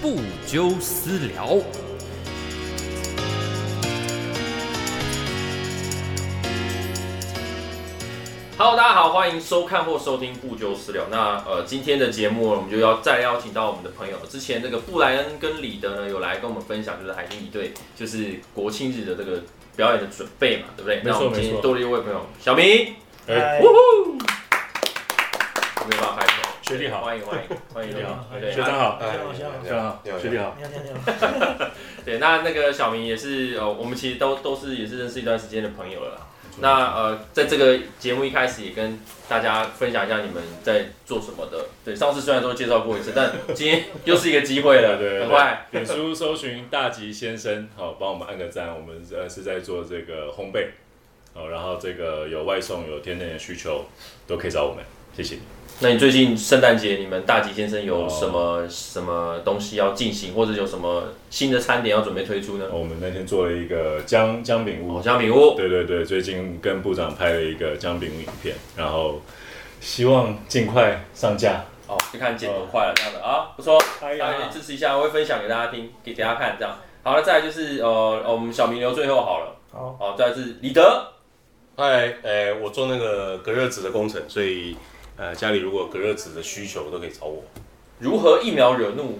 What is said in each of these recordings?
不纠私聊。Hello，大家好，欢迎收看或收听《不纠私聊》那。呃，今天的节目我们就要再邀请到我们的朋友，之前这个布莱恩跟李德呢有来跟我们分享，就是海军一队就是国庆日的这个表演的准备嘛，对不对？没错那我们今没天错多了一位朋友，小明，哎哎，没有办法开口，学弟好欢迎欢迎欢迎学弟好对对学长好，哎你好，学长好，学弟好，你好，你好，对，那那个小明也是呃，我们其实都都是也是认识一段时间的朋友了啦。那呃，在这个节目一开始也跟大家分享一下你们在做什么的。对，上次虽然说介绍过一次， 但今天又是一个机会了，对对很对快。脸书搜寻大吉先生，好，帮我们按个赞。我们呃是在做这个烘焙，好，然后这个有外送、有天然的需求，都可以找我们，谢谢。那你最近圣诞节你们大吉先生哦有什么、什么东西要进行，或者有什么新的餐点要准备推出呢？我们那天做了一个姜姜饼屋哦，，姜饼屋，对对对，最近跟部长拍了一个姜饼屋影片，然后希望尽快上架。哦，就看剪多快了这样的啊，不错。哎大家可以支持一下，我会分享给大家听，给大家看这样。好了，再来就是呃，呃我们小明留最后好了。好，好，哦再来是李德。嗨，呃，我做那个隔热纸的工程，所以呃，家里如果有隔热纸的需求都可以找我。如何疫苗惹怒？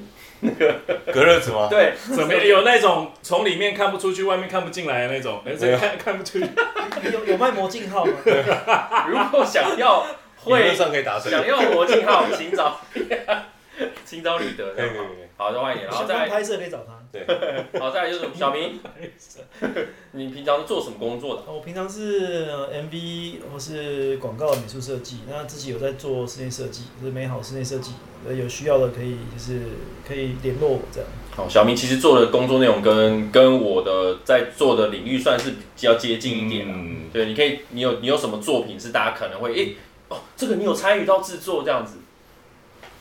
隔热纸吗？对，怎么有那种从里面看不出去、外面看不进来的那种？哎，这个看看不出去。 有有卖魔镜号吗？如果想要理论会上可以达成。想要魔镜号，请找 请找李德。可以可以可好，再换一点，然后想再要来拍摄可以找他。好，再来就是小明，你平常是做什么工作的？哦我平常是呃 MV 或是广告美术设计，那自己有在做室内设计，就是美好室内设计，呃有需要的可以就是可以联络我这样。好，小明其实做的工作内容跟跟我的在做的领域算是比较接近一点啦。嗯，对，你可以，你有你有什么作品是大家可能会诶、哦，这个你有参与到制作这样子，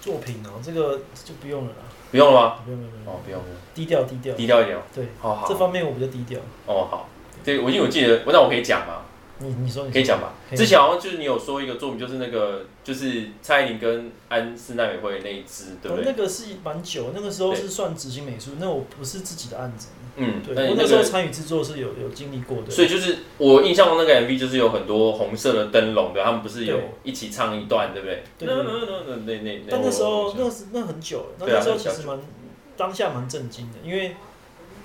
作品哦，这个就不用了啦，不用了吗？不用不用不用，哦，不用，低调低调。低调一点哦。对，好好，这方面我比较低调。哦好，对我因为我记得，那我可以讲吗？你你说你可以讲吧。嗯可以之前好像就是你有说一个作品，就是那个就是蔡依林跟安室奈美惠那一支，对不哦对？那个是蛮久，那个时候是算执行美术，那我不是自己的案子。嗯，对，那我你那那时候个，参与制作是有有经历过的。所以就是我印象中那个 MV 就是有很多红色的灯笼的，他们不是有对一起唱一段，对不对？对对对那那那但那时候我那是那很久了，那对啊那时候那其很实蛮当下蛮震惊的，因为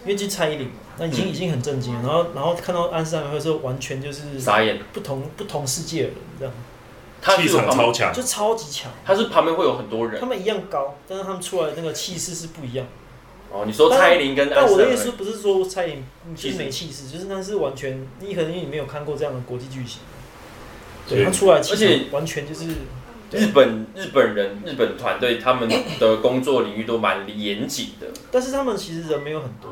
因为就蔡依林嘛，那已嗯经、已经很震惊了，然后然后看到安室奈美惠之后，完全就是傻眼，不同不同世界的人这样，他气是有场旁超强，就超级强。他是旁边会有很多人他。们一样高，但是他们出来的那个气势是不一样的。哦，你说蔡依林跟安但室我奈的美意惠思不是说蔡依林气就势是没气势，就是那是完全你可能因为你没有看过这样的国际巨星，所以对他出来的气而且势完全就是日本日本人日本团队他们的工作领域都蛮严谨的，但是他们其实人没有很多，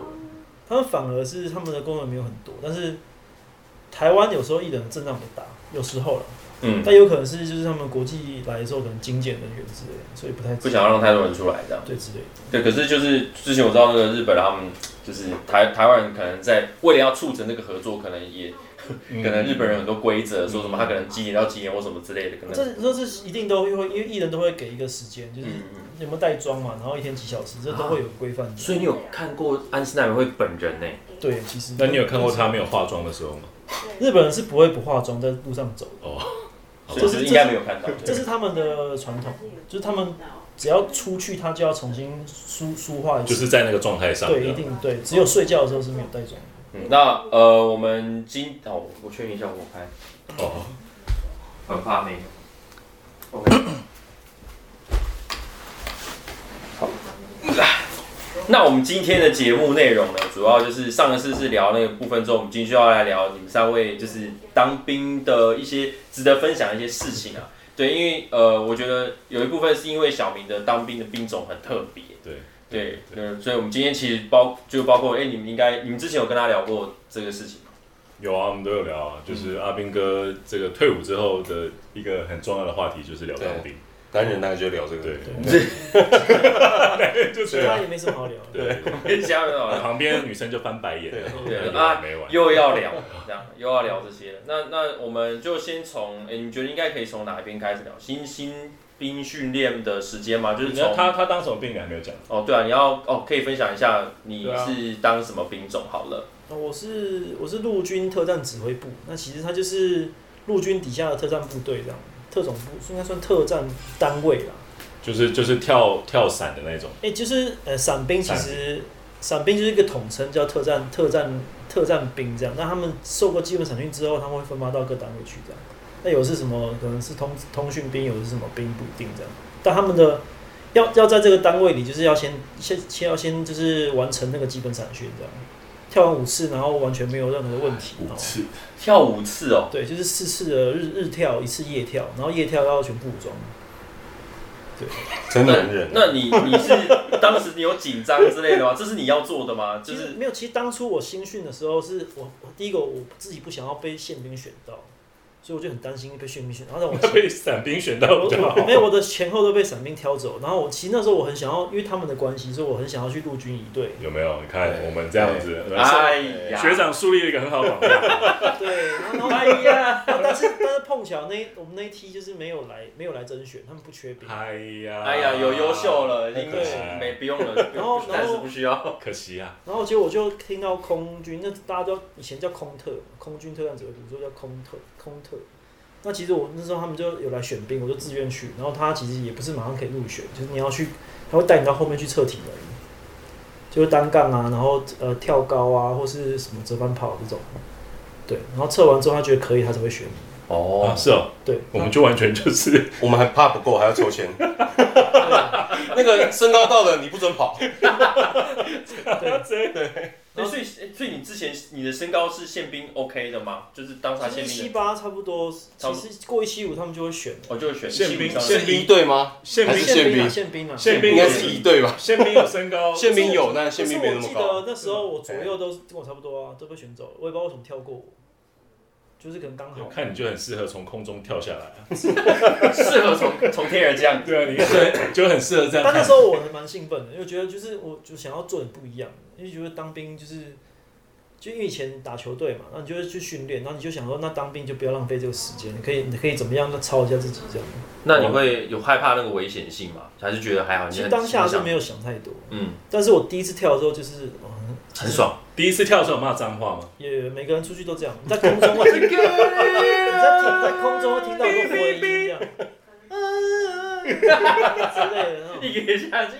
他们反而是他们的工人没有很多，但是台湾有时候艺人的阵仗不大，有时候了，嗯，但有可能是就是他们国际来的时候可能精简人员之类的，所以不太不想要让太多人出来这样。对之类的。对，可是就是之前我知道那个日本人他们就是台台湾人可能在为了要促成这个合作，可能也嗯可能日本人有很多规则，说什么他可能几点到几点或什么之类的，可能这这是一定都会，因为艺人都会给一个时间，就是嗯嗯。有没有带妆嘛，然后一天几小时，这都会有规范的。所以你有看过安室奈美惠本人呢、对，其实那你有看过他没有化妆的时候吗？日本人是不会不化妆在路上走的，嗯所以这是是应该没有看到。这是他们的传统，就是他们只要出去，他就要重新梳梳化一就次。是在那个状态上，对，一定对，只有睡觉的时候是没有带妆。嗯，那呃，我们今哦，我确认一下我拍，哦，很怕没有。OK。好那我们今天的节目内容呢，主要就是上一次是聊那个部分之后，我们今天就要来聊你们三位就是当兵的一些值得分享的一些事情啊。对，因为呃，我觉得有一部分是因为小明的当兵的兵种很特别，对对，呃，所以我们今天其实包就包括哎、你们应该你们之前有跟他聊过这个事情 吗？有啊，我们都有聊啊，就是阿兵哥这个退伍之后的一个很重要的话题就是聊当兵，男人大概就聊这个。对， 啊其他也没什么好聊的。对，下面有旁边的女生就翻白眼，对没啊完没 完，又要聊这样，又哎要聊这些。那那我们就先从，诶，你觉得应该可以从哪一边开始聊？新新兵训练的时间吗？就是你看从他他当什么病你还没有讲，哦，对啊，你要哦，可以分享一下你对啊是当什么兵种好了。那 我是我是陆军特战指挥部，那其实它就是陆军底下的特战部队这样，特种部应该算特战单位啦。就是就是跳跳伞的那种，哎、就是呃，伞兵其伞实伞兵就是一个统称，叫特战特战特战兵这样。那他们受过基本审训之后，他们会分发到各单位去这样。那有的是什么？可能是通通讯兵，有的是什么兵不一定这样。但他们的要要在这个单位里，就是要先先先要先就是完成那个基本审训这样，跳完五次，然后完全没有任何问题。哦然后次，跳五次哦，对，就是四次的日日跳，一次夜跳，然后夜跳要全部武装。真的很忍。那你你是当时你有紧张之类的吗？这是你要做的吗？就其实是没有，其实当初我新训的时候是，我我第一个我自己不想要被宪兵选到，所以我就很担心被宪兵选。然后但我那前 被伞兵选到我比较好我。没有我的前后都被伞兵挑走。然后我其实那时候我很想要，因为他们的关系，所以我很想要去陆军仪队。有没有？你看我们这样子，哎呀，啊学长树立了一个很好的榜样。对，然后哎呀， 但是但是碰巧那一我们那一批就是没有来没有来甄选，他们不缺兵。哎呀， 哎呀，有优秀，了，已经可惜了没不用 了，然后但然是后不需要。可惜啊，然后结果我就听到空军，那大家都以前叫空特，空军特战指挥部，说叫空特，空特。那其实我那时候他们就有来选兵，我就自愿去。然后他其实也不是马上可以入选，就是你要去，他会带你到后面去测体能，就是单杠啊，然后呃跳高啊，或是什么折返跑这种。对，然后测完之后他觉得可以，他才会选你。哦，哦，是哦，对，我们就完全就是我们还怕不够，还要抽签。那个身高到了，你不准跑。对，所以所以你之前你的身高是宪兵 OK 的吗？就是当那查其宪实七兵的，八差不多，差不多其实过一七五他们就会选。我就会选宪兵上宪的是一队吗？宪还兵是，宪宪兵啊，兵宪宪兵啊，兵应该是一队吧？宪兵有身高，宪兵有，但宪兵没那么可是我高。记得那时候我左右都是跟我差不多啊，都被选走了，我也不知道为什么跳过我，就是可能刚好。看你就很适合从空中跳下来啊。适合从从天而降。对啊，你看就很适合这但样那看。时候我还蛮兴奋的，因为觉得就是我就想要做点不一样的，因为觉得当兵就是，就因为以前打球队嘛，那你就会去训练，然后你就想说，那当兵就不要浪费这个时间，你可以你可以怎么样操一下自己这样。 那你会有害怕那个危险性吗？还是觉得还好？你其实很当下你是想没有想太多，嗯，但是我第一次跳的时候就是，哦很，爽。第一次跳的时候有骂脏话吗？其实也每个人出去都这样，在空 中会听，你在听在空中会听到很多回音这样。之类的那 种。一个下去，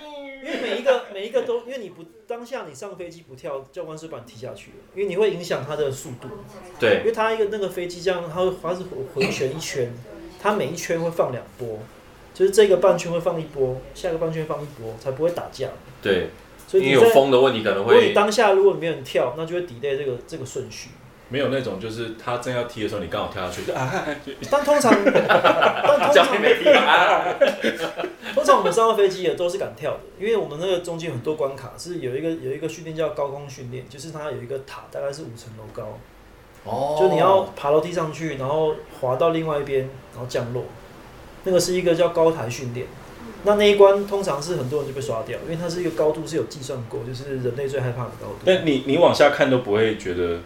因为每一个每一个都，因为你不当下你上飞机不跳，教官是把你踢下去的，因为你会影响它的速度。因对，为它一个那个飞机这样，它会它是回旋一圈，它每一圈会放两波，就是这个半圈会放一波，下个半圈放一波，才不会打架。对，所因以为你有在风的问题可能如果你会，当下如果你没有人跳，那就会 delay 这个这个顺序。没有那种，就是他正要踢的时候，你刚好跳下去，就啊，但通常，但通脚常也没地方啊。通常我们上到飞机也都是敢跳的，因为我们那个中间很多关卡是有一个有一个训练叫高空训练，就是它有一个塔，大概是五层楼高， 哦就你要爬楼梯上去，然后滑到另外一边，然后降落。那个是一个叫高台训练，那那一关通常是很多人就被刷掉，因为它是一个高度是有计算过，就是人类最害怕的高度。但你你往下看都不会觉得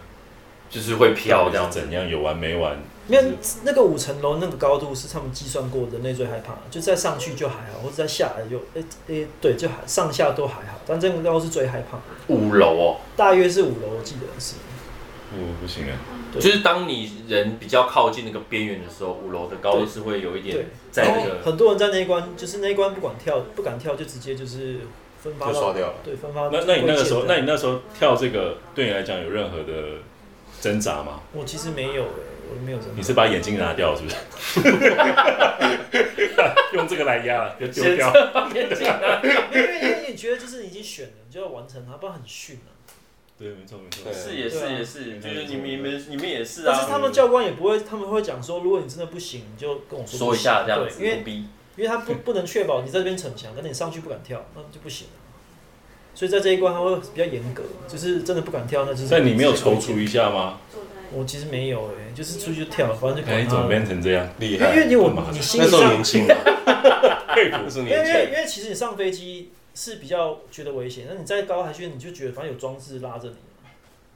就是会飘这样 子。怎样有完没完？因为那个五层楼那个高度是他们计算过人类最害怕的，就再上去就还好，或者再下来就诶诶、对就还上下都还好，但这个高是最害怕的。五楼哦，大约是五楼，我记得是。不不行啊，对就是当你人比较靠近那个边缘的时候，五楼的高度是会有一点对在然那后个很多人在那一关，就是那一关不管跳不敢跳，就直接就是分发就到刷掉了对分发到那贵那你那个贱时候，的那你那时候跳这个，对你来讲有任何的挣扎吗？我其实没有哎、我没有真的。你是把眼镜拿掉是不是？用这个来压，就丢掉。 因为因为你觉得就是已经选了，你就要完成它，不然很逊啊。对，没错没错对。是也是对啊也是，就是你们你们你们也是但是他啊，们教官也不会，他们会讲说，如果你真的不行，你就跟我说说一下这样对子，因为不逼因为他 不不能确保你在这边逞强，但你上去不敢跳，那就不行了。所以在这一关他会比较严格，就是真的不敢跳，那就是。但你没有踌躇一下吗？我其实没有哎、就是出去就跳，反正就哎，管你怎他么了。变成这样？厉因为因为害，你干嘛我你心那理时候上年轻啊，佩服。那时候因为因为年轻因。为其实你上飞机是比较觉得危险，那你在高海训你就觉得反正有装置拉着你，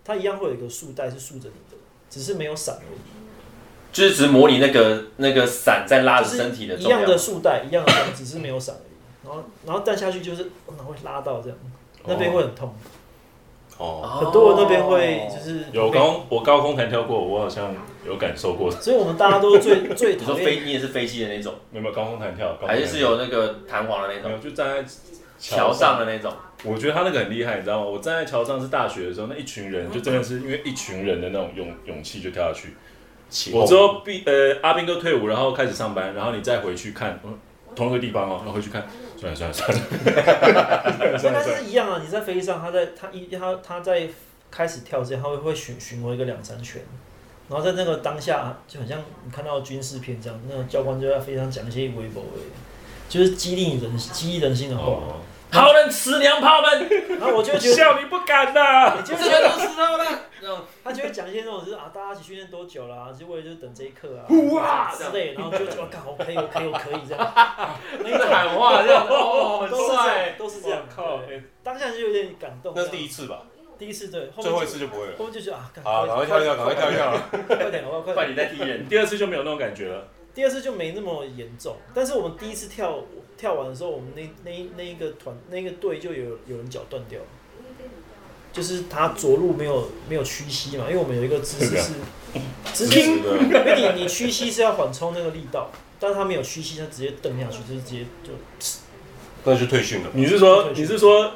它一样会有一个束带是束着你的，只是没有伞而已。就是只是模拟那个那个伞在拉着身体的一重量样的束带，一样的绳，只是没有闪而已。然后然后再下去就是哦哪会拉到这样，那边会很痛。哦，哦很多人那边会就是有高我高空弹跳过，我好像有感受过，所以我们大家 都最最你说讨飞厌你也是飞机的那种，有没有高空弹跳？高空弹还跳是是有那个弹簧的那没种，有就站在桥桥上的那种，我觉得他那个很厉害，你知道吗？我站在桥上是大学的时候，那一群人就真的是因为一群人的那种勇勇气就跳下去。起我哄之后毕呃阿兵哥退伍，然后开始上班，然后你再回去看，嗯同一个地方哦，然后回去看，算了算了算了， 所以它是一样啊，你在飞机上，他在他一他他在开始跳之前，他会会巡巡逻一个两三圈，然后在那个当下就很像你看到军事片这样，那个教官就在飞机上讲一些微博而已就是激励人激励人心的话。 哦，好人吃娘炮们，然后我就会觉得，啊笑你不敢呐、你就这会觉得个都知道了。他就会讲一些那种就是啊，大家一起训练多久啦、就为了就是等这一刻啊，哇之类的，然后就觉得哇，啊干，我可以，我可以，我可以这样，那一在种喊话这样子，哦，很都是这帅样，。都是这样我。靠对，当下就有点感动。那是第一一次吧，第一次对，后面最后一就次就不会了。后面就觉得啊，干好，赶快跳一跳，赶快跳一，跳。快快点，快点快快点点。在踢人，第二次就没有那种感觉了。第二次就没那么严重，但是我们第一次跳跳完的时候，我们那那那一个团那个队就有有人脚断掉，就是他着陆没有没有屈膝嘛，因为我们有一个姿势是直接是的因为你你屈膝是要缓冲那个力道，但是他没有屈膝，他直接蹬下去，就是直接就那就退训了。你是说你是说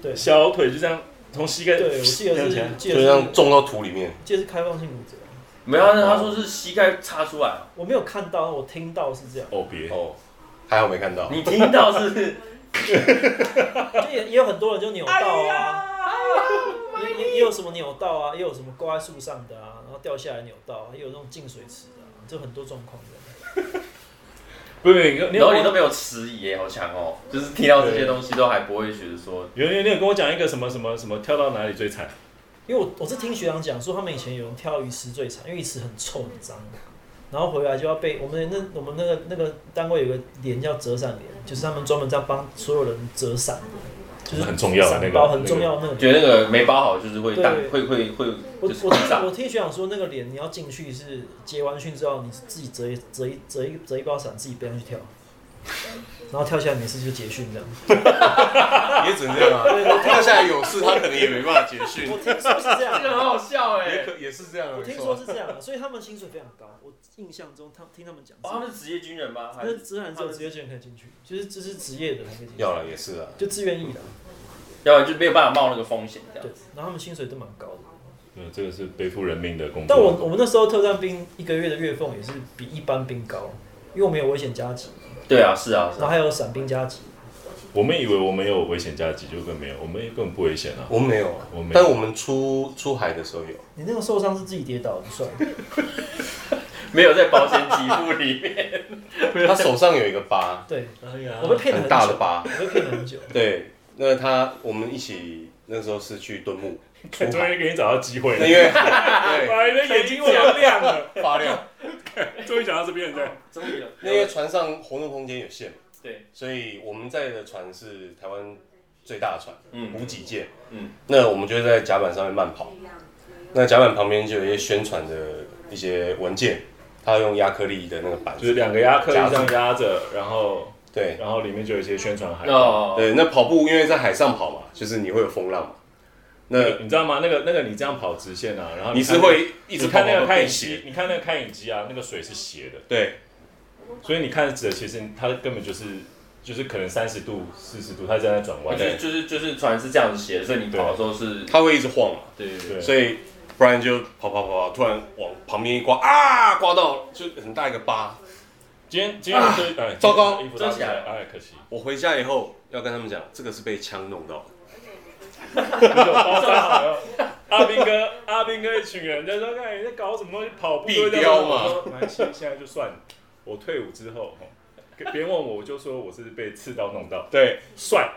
对小腿就这样从膝盖？对，我记得这样是起来记就得是像种到土里面，记得是开放性骨折，没有，啊他说是膝盖插出来，我没有看到，我听到是这样，哦别，哦，还好没看到。你听到是不是？就也也有很多人就扭到哎啊，也也也有什么扭到啊，也有什么挂在树上的啊，然后掉下来扭到啊，也有那种进水池的、啊，就很多状况的。不是你有你然有后你都没有迟疑耶，好强哦！就是听到这些东西都还不会觉得说，有有你有跟我讲一个什么什么什么跳到哪里最惨？因为我我是听学长讲说，他们以前有人跳鱼池最惨，因为鱼池很臭很脏，然后回来就要被我们那我们那个那个单位有个连叫折伞连，就是他们专门在帮所有人折伞的，就是很重要的那伞个包很重要的那个觉得那个没包好就是会对荡，会会会我就我是往听上我。听学长说，那个脸你要进去是结完训之后，你自己折一折一折一折一包伞，自己背上去跳，然后跳下来没事就结训这样。也只能这样啊。跳下来有事，他可能也没办法结 训我，听说是这这个样，啊很好笑也哎！可也是这样啊。我听说是这样，所以他们薪水非常高。我印象中，他听他们讲，哦，他们是职业军人吗？还那是自然只有职业军人可以进去，就是这是职业的才可以进去，要了也是啊，就自愿意的。嗯要不然就没有办法冒那个风险这样对。，然后他们薪水都蛮高的。嗯，这个是背负人命的工作。但我我们那时候特战兵一个月的月俸也是比一般兵高，因为我们有危险加急，对啊，是啊，是 然后啊。还有伞兵加急。我们以为我们有危险加急，就更没有，我们根本不危险啊。我们没有啊我没有，但我们出出海的时候有。你那个受伤是自己跌倒不算。没有在保险给付里面。他手上有一个疤，对，哎啊呀我被骗了啊很很大的久，疤。我被骗了很久。对，那他我们一起那时候是去敦睦出 终海，于给你找到机会那了，因为 对哇，你的眼睛发亮了，发亮，终于讲到这边了。 哦终于了，那因为船上活动空间有限嘛，对，所以我们在的船是台湾最大的船，嗯补给舰。嗯，那我们就在甲板上面慢跑，那甲板旁边就有一些宣传的一些文件，它用亚克力的那个板就是子，两个压克力这样压着，然后对然后里面就有一些宣传海报。哦，对。那跑步因为在海上跑嘛，就是你会有风浪嘛，那那你知道吗？那个那个你这样跑直线啊，然后你看是会一你直跑看那跑个跑开被影斜机，，你看那个开影机啊，那个水是斜的，对，所以你看着其实它根本就是就是可能三十度、四十度，它正在转我弯就。是就是就是船是这样子写的，所以你跑的时候是，它会一直晃嘛。对对对，对所以 Brian 就跑跑跑跑，突然往旁边一刮啊，刮到就很大一个疤。今天今天就是哎，糟糕衣服搭不起来真哎，可惜。 我回家以后要跟他们讲，这个是被枪弄到的。包扎好了。阿斌哥，阿斌哥一群人在说，看你在搞什么东西，跑步必雕嘛嘛。没关系，现在就算了。我退伍之后，哦别人问我，我就说我是被刺刀弄到，对，帅。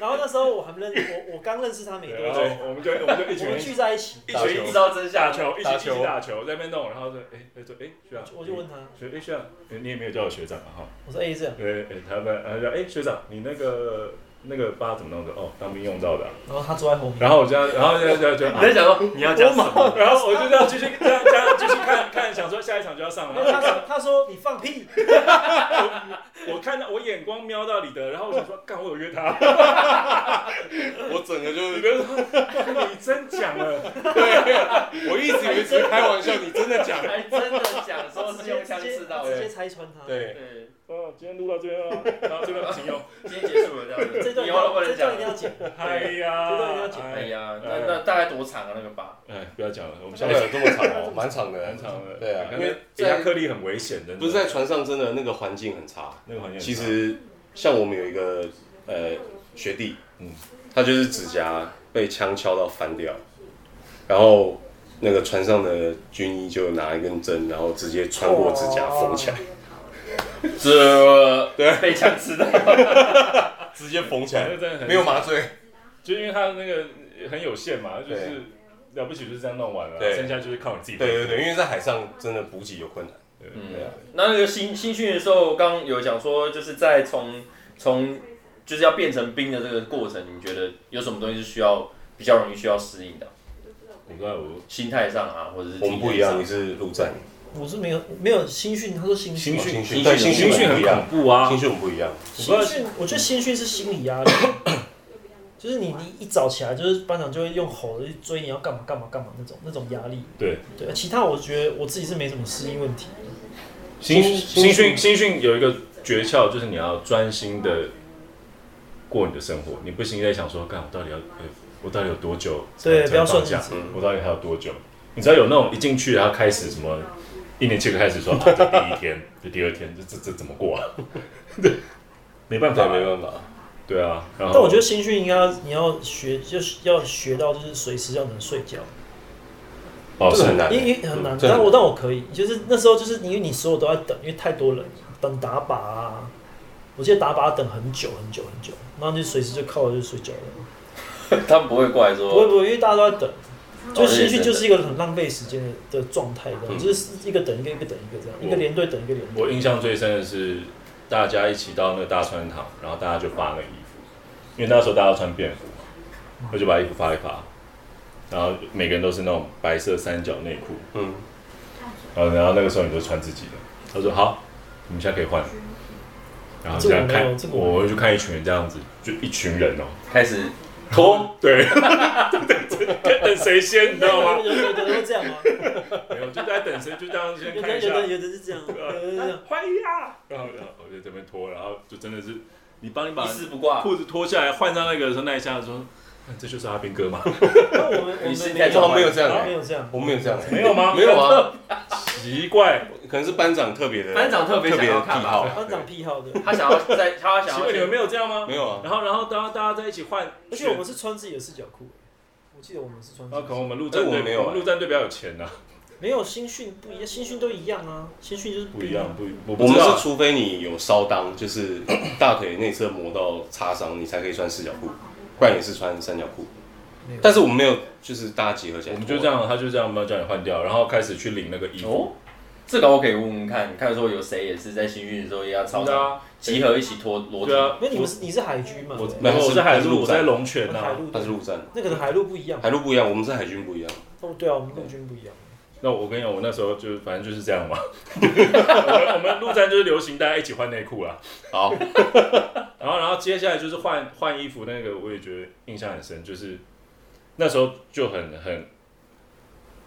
然后那时候我还没认识，我我刚认识他没多然啊后久，我们就我们就一我群人们一起聚在一起，打球一群一知道真相，打球，一起打一球起打球，在那边弄，然后说，哎，哎说，哎，学长，我就问他，学，哎学长，哎你也没有叫我学长嘛哈？我说哎这样，对，哎他们，他说，哎学长，你那个那个疤怎么弄的？哦，当兵用到的啊、然后他坐在 后面，然后我这样，然后这样这样就，啊你在想说你要讲什么？然后我就这样继续这样这样继续看看，想说下一场就要上然后了。他说他说你放屁，我看到我眼光瞄到李德，然后我想说，干我有约他，我整个就 李是，德说你真讲了，对，我一直以为只是开玩笑，你真的讲。还真的讲说直是接用直枪接刺到直的。接拆穿他。对，对，哦，今天录到这边了，然后这边请用，今天结束了这样 子，这段以一定后都不要能这讲段一了。定要剪， 哎呀，这段一定要剪哎哎呀，呀，那那大概多长啊那个疤？哎，不要讲了，我们真下的一有这么长哦，蛮长的，很长了，哎对啊因因为为在亚克力很危险，真的不是在船上，真的那个环境很差。那个环境很差，其实像我们有一个呃学弟，嗯嗯，他就是指甲被枪敲到翻掉，然后那个船上的军医就拿一根针，然后直接穿过指甲缝起来，这啊被枪刺到，哦直接缝起反正真的很没有麻醉。就因为他那个很有限嘛，就是对了不起就是这样弄完了，对剩下就是靠你自己。对对对，因为在海上真的补给有困难。嗯对啊，那那个新新训的时候，刚刚有讲说，就是在从从就是要变成兵的这个过程，你们觉得有什么东西是需要比较容易需要适应的？我不知道我心态上啊，或者是我们不一样，你是陆战，哦我是没有没有新训，他说新训，新新训训，对，新训新训很不一样，恐怖啊新！训我们不一样。新训，我觉得新训是心理 压力，就是你你一早起来，就是班长就会用吼的去追你要干嘛干嘛干嘛那种那种压力。对，对，其他我觉得我自己是没什么适应问题。哦新新训新训有一个诀窍，就是你要专心的过你的生活，你不行在想说，干我到底要呃我到底有多久才对才不要放顺假自？己我到底还有多久？你知道有那种一进去然后开始什么一年级开始说，啊这第一天，这第二天，这这这怎么过啊？对，没办对，法，没办法，对啊。然后但我觉得新训应该你要学，就是要学到就是随时要能睡觉，哦这是个很难。因为很难。嗯这但很我但我可以，就是那时候就是因为你所有都在等，因为太多人等打靶啊。我记得打靶等很久很久很久，然后就随时就靠着就睡觉了。他们不会过来不会说，不会，因为大家都在等，就哦新认真训的就是一个很浪费时间的的状态，这样嗯就是一个等一个，一个等一个这样，我一个连队等一个连队。我印象最深的是，大家一起到那个大穿堂，然后大家就发那个衣服，因为那时候大家都穿便服嘛，我就把衣服发一发，然后每个人都是那种白色三角内裤，嗯，然后然后那个时候你就穿自己的，他说好，你们现在可以换，然后这样这我没看有这，个我没有我就看一群人这样子，就一群人哦，开始脱，对， 等谁先，你知道吗？有有的人会这样吗？没有，就在等谁，就这样先有 看的一下有，的有的是这样，啊有的是这样。欢迎啊，然后然后我就这边脱，然后就真的是，你帮你把一丝不 挂，裤子脱下来换上那个的时候，那一下子说，啊这就是阿兵哥吗？那我们我你是们哎在我们没有这样没欸，有这样，我们没有这样 欸，没有吗没有啊，奇怪，可能是班长特别的， 班长特别特想别要的看癖吧好，班长癖好的，他想要在他想 奇要怪，你们去没有这样吗？没有啊，然后然后大家大家在一起换，而且我们是穿自己的四角裤，我记得我们是穿自啊，己可的。能我们陆战哎我们没队，有我们陆战队比较有钱啊呐，没有新训不一样，新训都一样啊，新训就是不一样，。不一，我我不们知是道，除非你有烧裆，就是大腿内侧磨到擦伤，你才可以穿四角裤，不然也是穿三角裤。没有但是我们没有，就是大家集合起来，我们就这。样，他就这样，没有叫你换掉，然后开始去领那个衣服，哦。这个我可以问问看，看说有谁也是在新训的时候也要操对场啊，集合一起脱裸体对，啊，因为你们是你是海军嘛，我对没有我是海陆，我我是陆战在龙泉啊海呐。陆他是陆战，那个的海陆不一样。海陆不一样，我们是海军不一样。哦，对啊，我们陆军不一样。那我跟你讲，我那时候就反正就是这样嘛。 我们我们陆战就是流行大家一起换内裤啦，好，然后，然后接下来就是换换衣服那个，我也觉得印象很深，就是那时候就很很，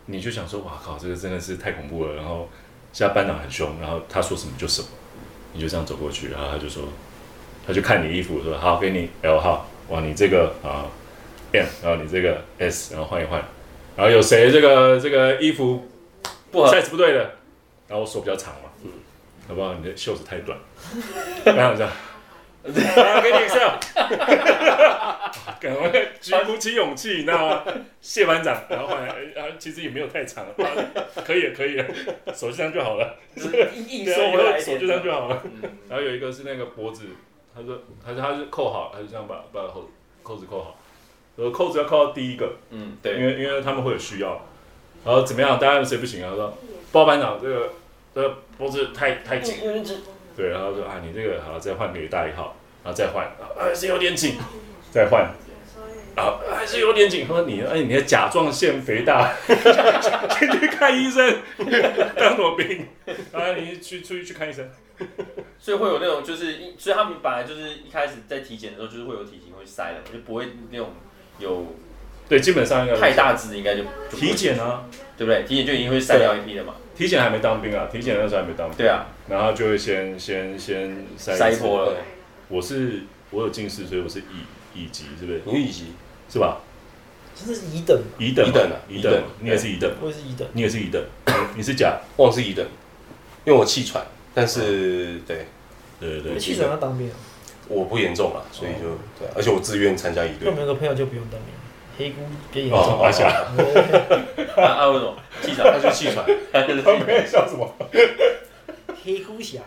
你就想说，哇靠，这个真的是太恐怖了。然后现在班长很凶，然后他说什么就什么，你就这样走过去，然后他就说，他就看你衣服，说好，给你 L 号，哇，你这个啊 M，然后你这个 S，然后换一换，然后有谁这个这个衣服不合 size 不对的，然后我手比较长嘛，好不好？你的袖子太短，然后这样，来给你 Excel，赶快举不起勇气，你知道吗？谢班长，然后后来，然后其实也没有太长，可以了，可以了，手就这样就好了，就是硬硬对收啊，回来一手点就这样就好了。嗯然后有一个是那个脖子，他说，他说他是扣好，他就这样把把扣扣子扣好，然后扣子要扣到第一个，嗯，因对，为因为他们会有需要，然后怎么样？大家有谁不行啊？他说包班长这嗯个这个脖子太太紧，对，然后说啊你这个好再换给大一号，然后再换，啊还是有点紧，再换，啊还是有点紧。他说你哎，你的甲状腺肥大，先去看医生，当什么病？啊，你去出去去看医生。所以会有那种就是一，所以他们本来就是一开始在体检的时候就是会有体型会塞的嘛，就不会那种有对，基本上应该太大只的应该就就不会体检啊，对不对？体检就已经会筛掉一批了嘛。体检还没当兵啊，体检那时候还没当兵，对啊，然后就会先先先筛筛一次波了。我是我有近视，所以我是乙乙级，是不是？你乙级，是吧？这是乙等，乙等嘛，乙等啊乙乙等等嘛，你也是乙等嘛，我也是乙等。你也是乙等，你是甲，忘了是乙等，因为我气喘，但是对对对你对，气喘要当兵啊？我不严重啊，所以就对啊，而且我自愿参加一那 队我。们有个朋友就不用当兵，黑姑别严哦重。拔下来啊啊，为什么？气场，他就气 喘，笑什么？ 黑姑侠，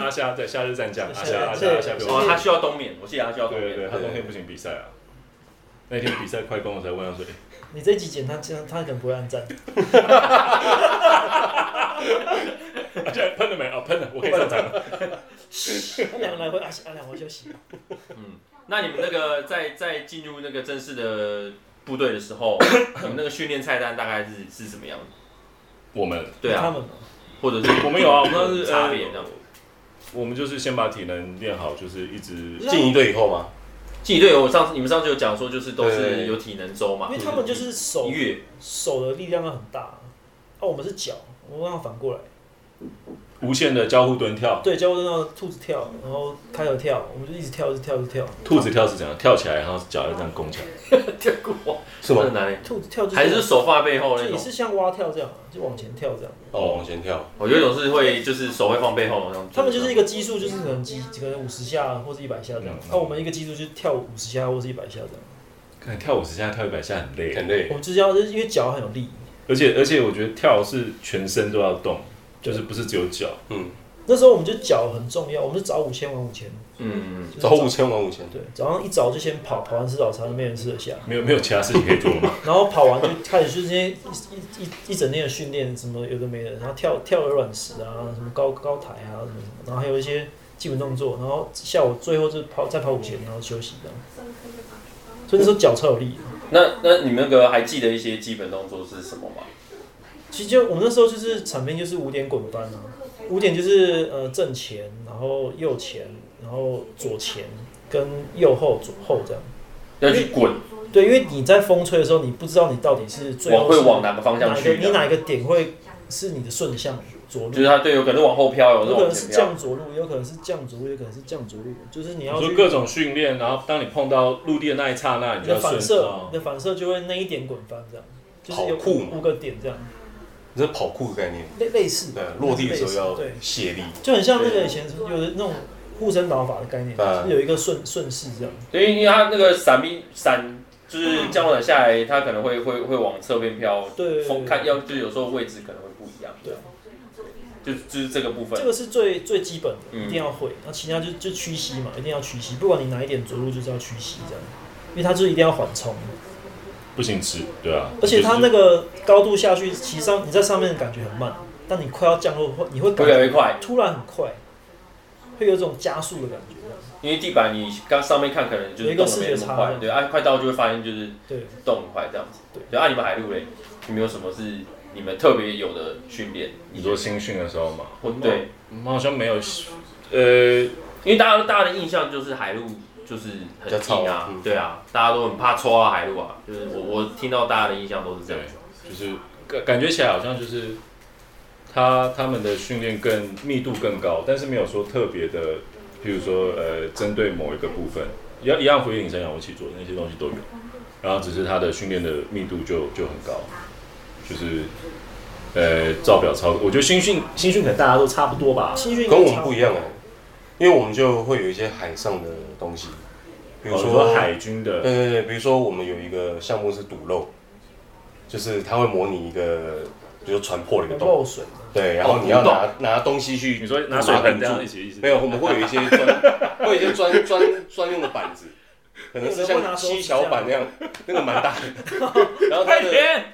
阿夏对夏日战将，阿夏阿夏对阿夏不用哦，，他需要冬眠，我记得他需要冬对对眠。对，他冬天不行比赛啊。那天比赛快攻，我才问他说哎：“你这一集剪他，这样他可能不会按赞。阿夏喷了没？哦，喷了，我可以上场了。他两个来回，啊，啊两回休息。那你们那个在在进入那个正式的部队的时 候，你们那个训练菜单大概是是什么样的？”我们对他啊，们或者是我们 有啊我们当呃时差别这样。我们就是先把体能练好，就是一直进一队以后嘛，竞技队友，我上次你们上次有讲说，就是都是对有体能周嘛因为，他们就是手一月手的力量要很大，哦，我们是脚，我们刚好反过来，无限的交互蹲跳。对，交互那种兔子跳，然后开合跳，我们就一直跳，一直跳，一直跳。兔子跳是怎样？跳起来，然后脚要这样拱起来。跳过，是吗 这？难欸，兔子跳就是还是手放在背后就那也种？是像蛙跳这样，就往前跳这样。哦，往前跳，我有一种是会就是手会放背后那种。他们就是一个基数，就是可能几可能五十下或是一百下这样啊嗯。嗯那、我们一个基数就是跳五十下或是一百下这样。看跳五十下、跳一百下很累，啊很累我。们就是要就是因为脚很有力。而且而且我觉得跳是全身都要动，就是不是只有脚。嗯，那时候我们就脚很重要，我们是早五千晚五千，嗯，就是早五千晚五千，对，早上一早就先跑，跑完吃早餐，没人吃得下。没有没有其他事情可以做了吗？ 然后跑完就开始就是那些一一一一整天的训练，什么有的没的，然后跳跳鹅卵石啊，什么高高台啊什么什么，然后还有一些基本动作，然后下午最后就跑再跑五千，然后休息这样。所以那时候脚超有力的。嗯那那你们那个还记得一些基本动作是什么吗？其实就我们那时候就是场边就是五点滚翻啊，五点就是呃正前，然后右前，然后左前跟右后左后这样。要去滚，对，因为你在风吹的时候，你不知道你到底是最往后会是往哪个方向哪个去你的？哪一个点会是你的顺向着就是陆，他队友可能是往后飘，有时候有可往能前是飘。降着陆，有可能是降着陆，有可能是降着陆，就是你你要说去各种训练，然后当你碰到陆地的那一刹那，你你就要顺的反射，啊哦你的反射就会那一点滚翻这样，就是跑酷哦有嘛五五个点这样，这是跑酷的概念。类类似对，啊落地的时候类似对要卸力。就很像那个以前有的那种护身导法的概念，嗯就是有一个顺顺势这样。所以因为他那个伞兵伞就是降落伞下来，他可能会会会往侧边飘，嗯对对对风看要就是有时候位置可能会不一样，对，就就是这个部这分。个是最最基本的，嗯一定要会。那其他就就屈膝嘛，一定要屈膝，不管你哪一点着陆，就是要屈膝这样，因为它就是一定要缓冲。不行吃，对啊。而且它就是那个高度下去，其实上你在上面的感觉很慢，但你快要降落后，你会会感越来觉越快，突然很快，会有一种加速的感觉。因为地板你刚上面看可能就有是一个动得没视那觉么差快，对，啊，快到就会发现就是对，动很快这样子。对，就按你们海陆嘞，你们有什么是你们特别有的训练？你说新训的时候嘛，或对，我嗯们好像没有，呃，因为大家大家的印象就是海陆就是很比较吵硬啊嗯，对啊，大家都很怕抽到海陆啊，就是我我听到大家的印象都是这样对。，就是感感觉起来好像就是他他们的训练更密度更高，但是没有说特别的，譬如说呃，针对某一个部分，一样一样浮力挺身、仰卧起坐那些东西都有，然后只是他的训练的密度就就很高，就是呃，照表操，我觉得新训新训可能大家都差不多吧，新训跟我们不一样哎、因为我们就会有一些海上的东西，比比如如哦说哦说海，军的对对对，比如说我们有一个项目是堵漏，就是它会模拟一个，比如说船破了一个洞，漏水，对，然后哦你要堵拿拿东西去，你说拿水盆这样一起，起一起，没有，我们会有一些专，会有一些专专专用的板子。可能是有人会拿像手指七巧板那样，那个蛮大的。然后它的点，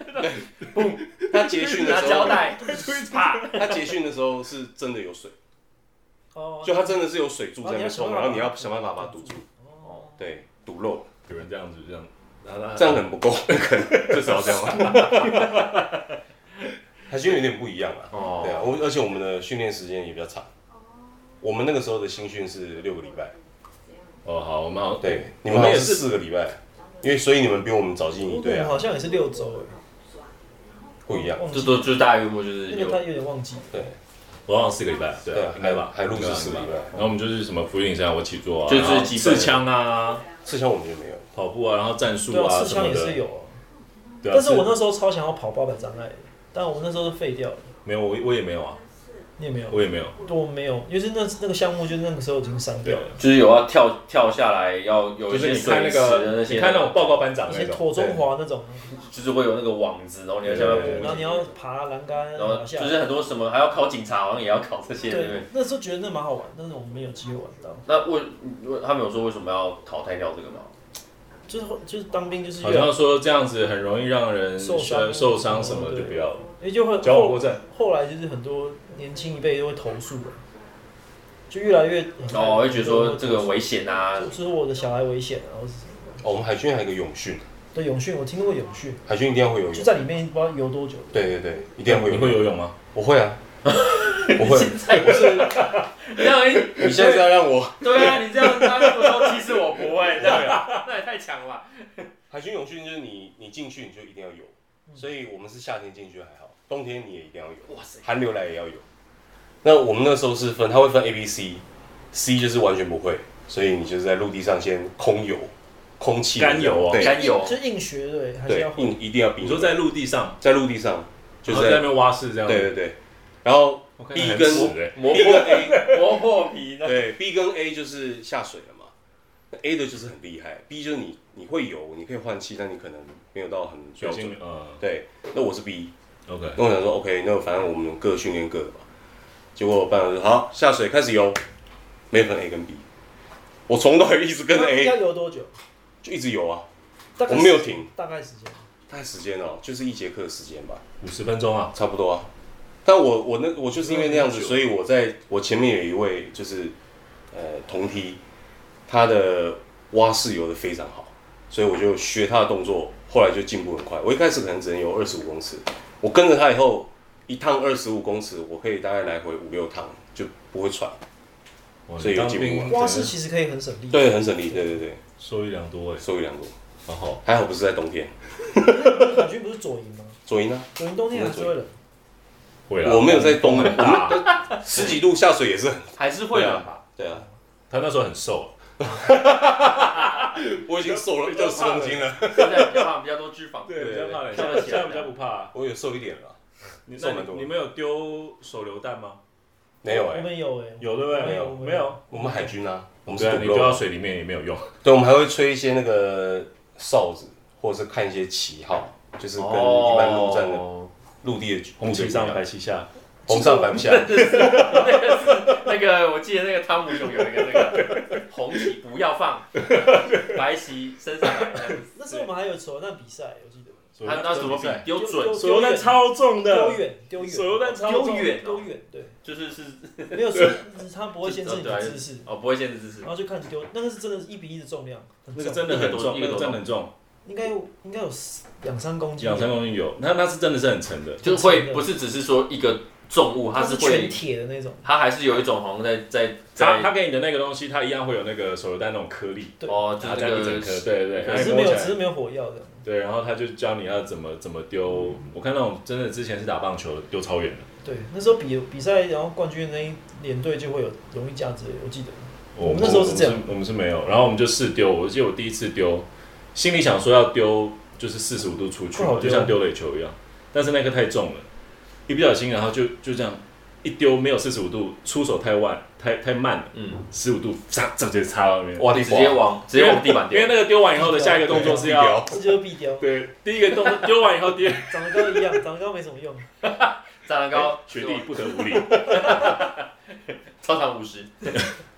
它结训的哎拿时胶候，带，啪，它结训的时候是真的有水，哦，就它真的是有水柱哦在那你要边想冲，办法然后你要想办法把它堵住，哦，对，堵漏，有人这样子这样，然后他这样很不够，可能至少要这样吧。还是有点不一样啊。哦，对啊，我而且我们的训练时间也比较长，我们那个时候的新训是六个礼拜，哦好，我们好对，你我们们那也也是是四个礼拜，因为所以你们比我们早进一队我啊，哦好像也是六周哎，不一样。忘记这都就是大约莫就是那六个他有点忘记，对，我好像四个礼拜，对对啊啊，应该吧，海陆应是该吧四个礼拜然后我们就是什么俯卧撑啊，我起坐啊，就是然后基本刺的枪啊，刺枪我们就没有，跑步啊，然后战术对啊，啊四什枪么也是的。有啊，对啊，但是我刺那时候超想要跑八百障碍的，但我那时候是废掉了，没有，我我也没有啊，你也没有，我也没有。我没有，因为是那那个项目就那个时候已经删掉了。就是有要跳跳下来，要有就一是些水你看那池的那个，些，你看那种报告班长以那前种，妥中华那种，就是会有那个网子，然后你要下对对面然后你要爬栏杆，然后爬下就来是很多什么还要考警察，好像也要考这些，对不对对？，那时候觉得那蛮好玩，但是我们没有机会玩到，那为为他们有说为什么要淘汰掉这个吗？就是就是当兵就是好越来，像说这样子很容易让人受伤呃受伤什么的，就不要了。因为就会矫枉后过正，后来就是很多年轻一辈都会投诉了，就越来越哦，会觉得说这个危险啊，就是我的小孩危险，然后是什么哦我们海军还有一个泳训，对泳训我听过泳训，海军一定要会游就泳，在里面不知道游多久，对对对，一定要会你游会泳，游泳吗？我会 啊，我会，不是？那你你现在是要让我对啊，你这样他们说其实我不会，这样那也太强了吧。海军泳训就是你你进去你就一定要游，所以我们是夏天进去还好，冬天你也一定要游，哇塞，寒流来也要游。那我们那时候是分，它会分 A、B、C，C 就是完全不会，所以你就是在陆地上先空游，空气干游哦对干游就硬学对，还是对要，会硬一定要比你说在陆地上，在陆地上，就然后是在那在边挖式这样对子，对对，然后我看 B 很跟死欸磨 B 破跟 A 磨破皮的，对 B 跟 A 就是下水了嘛那，A 的就是很厉害，B 就是你你会游，你可以换气，但你可能没有到很水标晶准。呃对，那我是 B， ，OK，那我想说 OK，那反正我们各训练各的嘛。结果我班长说好下水开始游，没分 A 跟 B，我从头到尾一直跟着那 A，要游多久？就一直游啊，大概我没有停，大概时间大概时间哦、就是一节课的时间吧，五十分钟啊，差不多啊。但我我那我就是因为那样子，嗯所以我在我前面有一位就是呃同梯，他的蛙式游的非常好，所以我就学他的动作，后来就进步很快。我一开始可能只能游二十五公尺，我跟着他以后一趟二十五公尺，我可以大概来回五六趟，就不会喘，哇所以你有当进步啊兵蛙式其实可以很省力，对，很省力，对对对，收益良多哎，收一两多，好好，还好不是在冬天，海军不是左营吗？左营呢，左营冬天还是会冷，会啦。我没有在 冬，我很们大啊，十几度下水也是很， 还是会冷吧？对啊，他那时候很瘦，我已经瘦了二十公斤了，现在比较胖，比较多脂肪。对比较怕冷，现跳在得现起来在比较不怕啊。我有瘦一点了，你瘦那蛮多你你们有丢手榴弹吗？没有哎、我们有哎，有对不对？没有没有。我们海军啊，我们对啊，是土你丢到肉，水里面也没有用。对，我们还会吹一些那个哨子，或者是看一些旗号，就是跟一般陆战的哦陆地的红旗上，白白，旗下，红上白 不下，那个我记得那个汤姆熊有一个那个红旗不要 放，白旗身上来这样子。那时候我们还有手榴弹比赛，我记得他那怎么比？丢准丢手榴弹超重丢的，远丢远啊手榴弹超重丢远丢哦，远，对，就是是没有说 他不会限制你的姿 啊势，哦不会限制姿势然。后就看你丢，那个是真的是一比一的重量，很那个重真的很重，一那个多个真的很重，应该有应该有四两三公斤，两三公斤有。那那是真的是很沉的，就是会不是只是说一个重物，它它是是会全，铁的那种，它还是有一种好像在在他在他给你的那个东西，它一样会有那个手榴弹那种颗粒，对哦，就然后是这那样一整个颗，对对只对，是没有只是没有火药的，对，然后他就教你要怎么怎么丢。我看那种真的之前是打棒球丢超远的，对，那时候比比赛，然后冠军的那一连队就会有荣誉价值，我记得我我们那时候是这样我们是，我们是没有，然后我们就试丢。我记得我第一次丢，心里想说要丢就是四十五度出去不好嘛，丢就像丢啊垒球一样，但是那个太重了，一不小心，然后就就这样一丢没有四十五度，出手太晚，太太慢了，嗯，十五度啪，这就插到那边。哇，地直接往直接往地板因为丢，那个丢完以后的下一个动作是要标，这就是必雕，对第一个动作丢完以后， 第二长得高一样，长得高没什么用，长得高，学哎弟不得无礼，操场五十，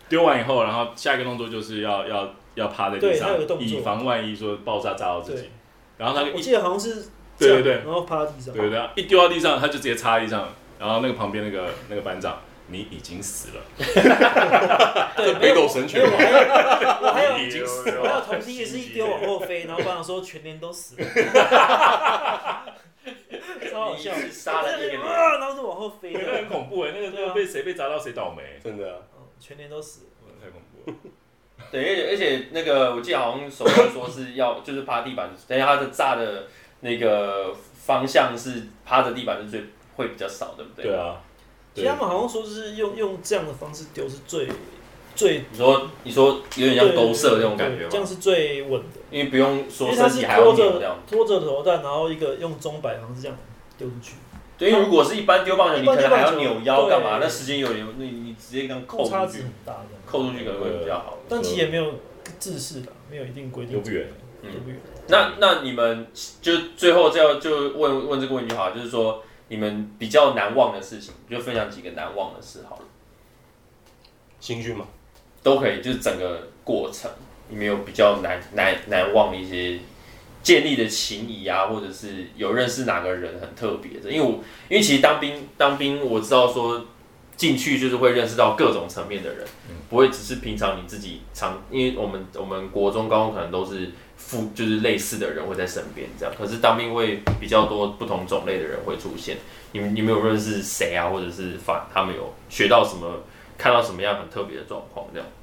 丢完以后，然后下一个动作就是要要要趴在地对他有上个动，作以防万一说爆炸炸到自己对。然后他我一记得好像是对这对样对然后趴在地上，对对，一丢到地上，他就直接插地上，然后那个旁边那个那个班长你已经死了，对，没北有斗神拳嘛，我还哎有已经死我还有哦了，同梯也是一丢哦往后飞，然后班长说全年都死 了，超好笑你，杀了一个脸啊，然后就往后飞那个 很的，恐怖哎，那个那个被谁被砸到谁倒霉，真的啊，嗯全年都死了，太恐怖了。对，而且而且那个我记得好像手上说是要 就是趴地板，等一下它的炸的那个方向是趴着地板是最会比较少，对不对？对啊，其实他们好像说是用用这样的方式丢是最最你说你说有点像勾射那种感觉对这样吗？是最稳的，因为不用因说为他身是体还要拖扭这样着。拖着头弹，然后一个用钟摆方式这样丢出去，对，因为如果是一般丢棒球，你可能还要扭腰干嘛？对那时间有点，那你直接刚扣误差出值去很，大这样。扣出去可能会比较好。但其实也没有制式的，没有一定规定。游不远，嗯游不远。那那你们就最后就就问问这个问题好了，就是说你们比较难忘的事情，就分享几个难忘的事好了，新训嘛，都可以，就是整个过程，你们有比较难难难忘的一些建立的情谊啊，或者是有认识哪个人很特别的，因为我因为其实当兵当兵，我知道说进去就是会认识到各种层面的人，不会只是平常你自己常，因为我们我们国中、高中可能都是附就是类似的人会在身边这样，可是当兵会比较多不同种类的人会出现。你们你们有认识谁啊，或者是反他们有学到什么，看到什么样很特别的状况这样？呃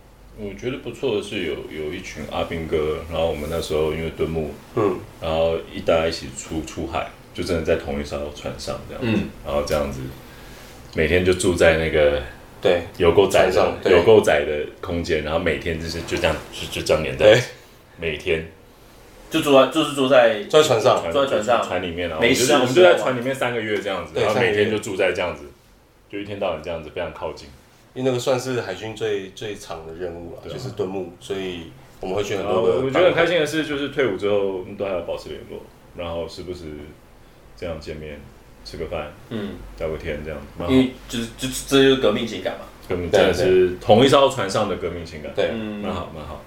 我觉得不错的是有有一群阿兵哥，然后我们那时候因为敦睦，嗯，然后一大家一起出出海，就真的在同一艘船上这样子，嗯然后这样子每天就住在那个对，有够窄船上的对有够窄的空间，然后每天就是就这样就就这样连在一起每天就住在就是住在坐在船上，坐在船上船里面，啊然后我没们事呃的就在我们就时候在船里面三个月这样子，对然后三个每月天就住在这样子，就一天到晚这样子非常靠近，因为那个算是海军最最长的任务了，对啊就是蹲木，所以我们会去很然多后个。我觉得很开。心的是，就是退伍之后都还要保持联络，然后时不时这样见面吃个饭嗯，聊个天这样，蛮好因为就是就这就是革命情感嘛。根本真的是同一艘船上的革命情感，，对，嗯，蛮好蛮好。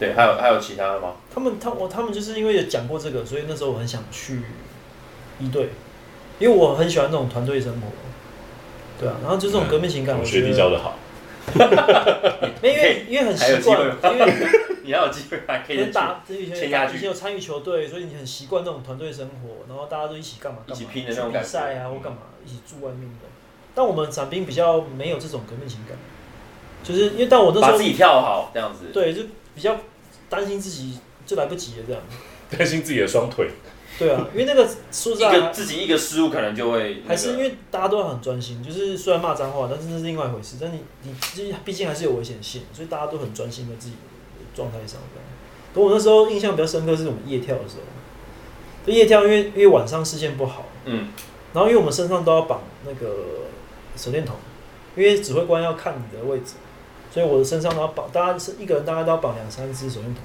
对，还有还有其他的吗？ 他们他我他们就是因为有讲过这个，所以那时候我很想去一队，因为我很喜欢那种团队生活。对啊，然后就嗯这种革命情感，我我嗯学觉弟教得的好，没有因为因为很还有习机会惯吗，因为你还有机会 还可以能再打以前签下去以前有参与球队，所以你很习惯那种团队生活，然后大家都一起干嘛干嘛，一起拼的那种感觉嗯去比赛啊或干嘛，一起住外面的。但我们伞兵比较没有这种革命情感，就是因为但我去那时把候自己跳好这样子。对，就比较担心自己就来不及了这样。担心自己的双腿，对啊，因为那个说实一个在，自己一个失误可能就会、那个还是因为大家都很专心，就是虽然骂脏话，但是那是另外一回事。但你你毕毕竟还是有危险性，所以大家都很专心在自己的状态上这样。可我那时候印象比较深刻是我们夜跳的时候，就夜跳因为因为晚上视线不好，嗯然后因为我们身上都要绑那个手电筒，因为指挥官要看你的位置，所以我的身上都要绑，大家是一个人大概都要绑两三只手电筒，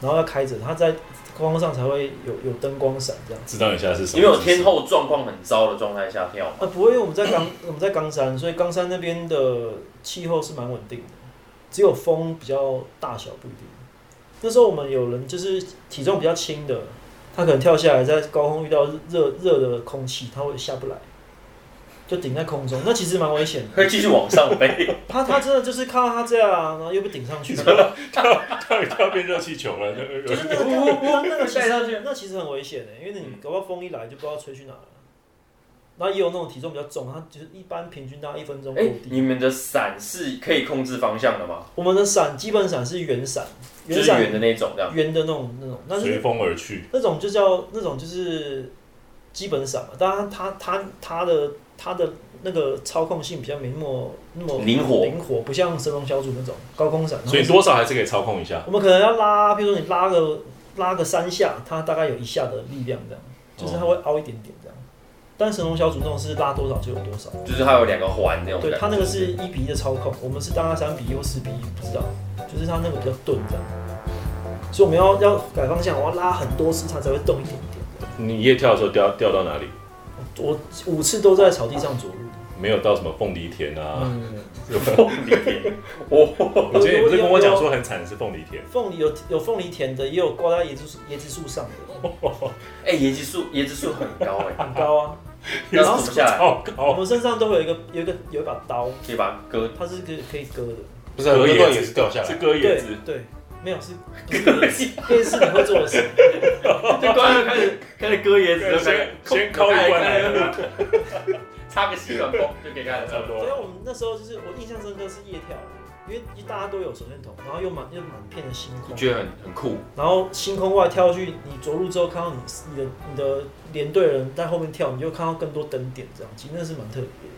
然后要开着，它在光上才会有有灯光闪这样。知道一下是什因么。为有天，后状况很糟的状态下跳 嘛。啊，不会，因为我们在冈我们在冈山，所以冈山那边的气候是蛮稳定的，只有风比较大小不一定。那时候我们有人就是体重比较轻的，他可能跳下来在高空遇到热热的空气，他会下不来，就顶在空中，那其实蛮危险的。会继续往上 飞，他他真的就是看到他这样啊，然后又被顶上去，就是跳一跳变热气球了，就那个那个 那个其带上嗯实那其实很危险的、因为你搞不好风一来就不知道吹去哪了。然后也有那种体重比较重，他就是一般平均大概一分钟哎、落地。你们的伞是可以控制方向的吗？我们的伞基本伞是圆伞，就圆是圆伞的那种这样。圆的那种那种，但随是风而去。那种就叫那种就是基本伞嘛。当然它，它它的它的那个操控性比较没那么那么灵活灵活，不像神龙小组那种高空伞。所以多少还是可以操控一下。我们可能要拉，比如说你拉个拉个三下，它大概有一下的力量这样，就是它会凹一点点这样。但神龙小组那种是拉多少就有多少，就是它有两个环那种对感它觉。那 个是一比一的操控，我们是大概三比一或四比一，不知道，就是它那个比较钝这样，所以我们要要改方向，我要拉很多次它才会动一点点这样。你夜跳的时候掉掉到哪里？我我五次都在草地上着陆，没有到什么凤梨田啊。嗯，凤梨田， 哦， 我今天你不是跟我讲说很惨的是凤梨田，凤梨有有凤梨田的，也有挂在椰子树椰子树上的，哎、椰子树椰子树很高哎、 很高啊，要怎么下来，糟我糕，们身上都会有一个有一个有一把刀，可以把它 割它是可以可以割的。不是啊隔割夜断也是掉下是来，割叶对子，对，没有是 不是割叶子，割叶是你会做的事。这光 就开始开始割椰对子，先先抠一罐来， 插个吸管风就可以开始差不了。所以多。我们那时候就是我印象深刻是夜跳，因为大家都有手电筒，然后又满又满片的星空，觉得很很酷，然后星空外跳去，你着陆之后看到你你的你的连队人在后面跳，你就看到更多灯点这样，其实那是蛮特别的。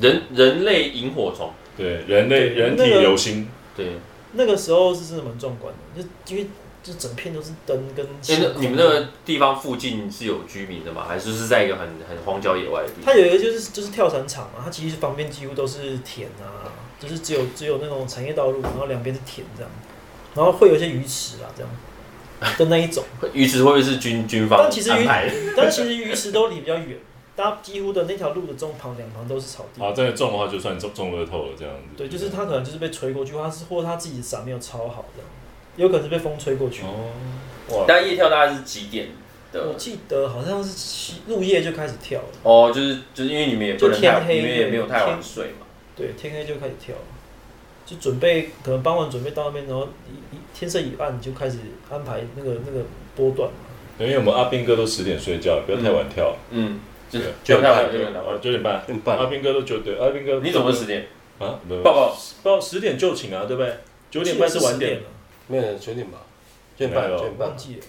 人人类萤火虫，对，人类对人体那个流星，对，那个时候是真的蛮壮观的，就因为就整片都是灯跟哎、星空。那你们那个地方附近是有居民的吗？还是是在一个很很荒郊野外的地方？它有一个就是就是跳伞场嘛，它其实旁边几乎都是田啊，就是只有只有那种产业道路，然后两边是田这样，然后会有一些鱼池啊这样的那一种，鱼池会不会是军军方但其实安鱼排的？但其实鱼池都离比较远，大家几乎的那条路的中旁两旁都是草地，啊，真的中的话就算中中乐透了这样子。对，就是它可能就是被吹过去，或它是或它自己的伞没有超好这样，有可能是被风吹过去。哦，哇， 但夜跳大概是几点我的？记得好像是七入夜就开始跳了，哦，就是就是因为你们也不能就天太，黑你们也没有太晚天睡嘛。对，天黑就开始跳了，就准备可能傍晚准备到那边，然后一一天色已暗，就开始安排那个那个波段嘛。因为我们阿兵哥都十点睡觉，不要太晚跳，嗯，就是对就太晚就对嗯能打哦九点半，很阿棒。兵哥都九点，阿兵哥你怎么十点？啊？没有抱抱，报十点就寝啊，对不对？九点半是晚点，没有九点吧，九点半，没有九点我半忘，记了。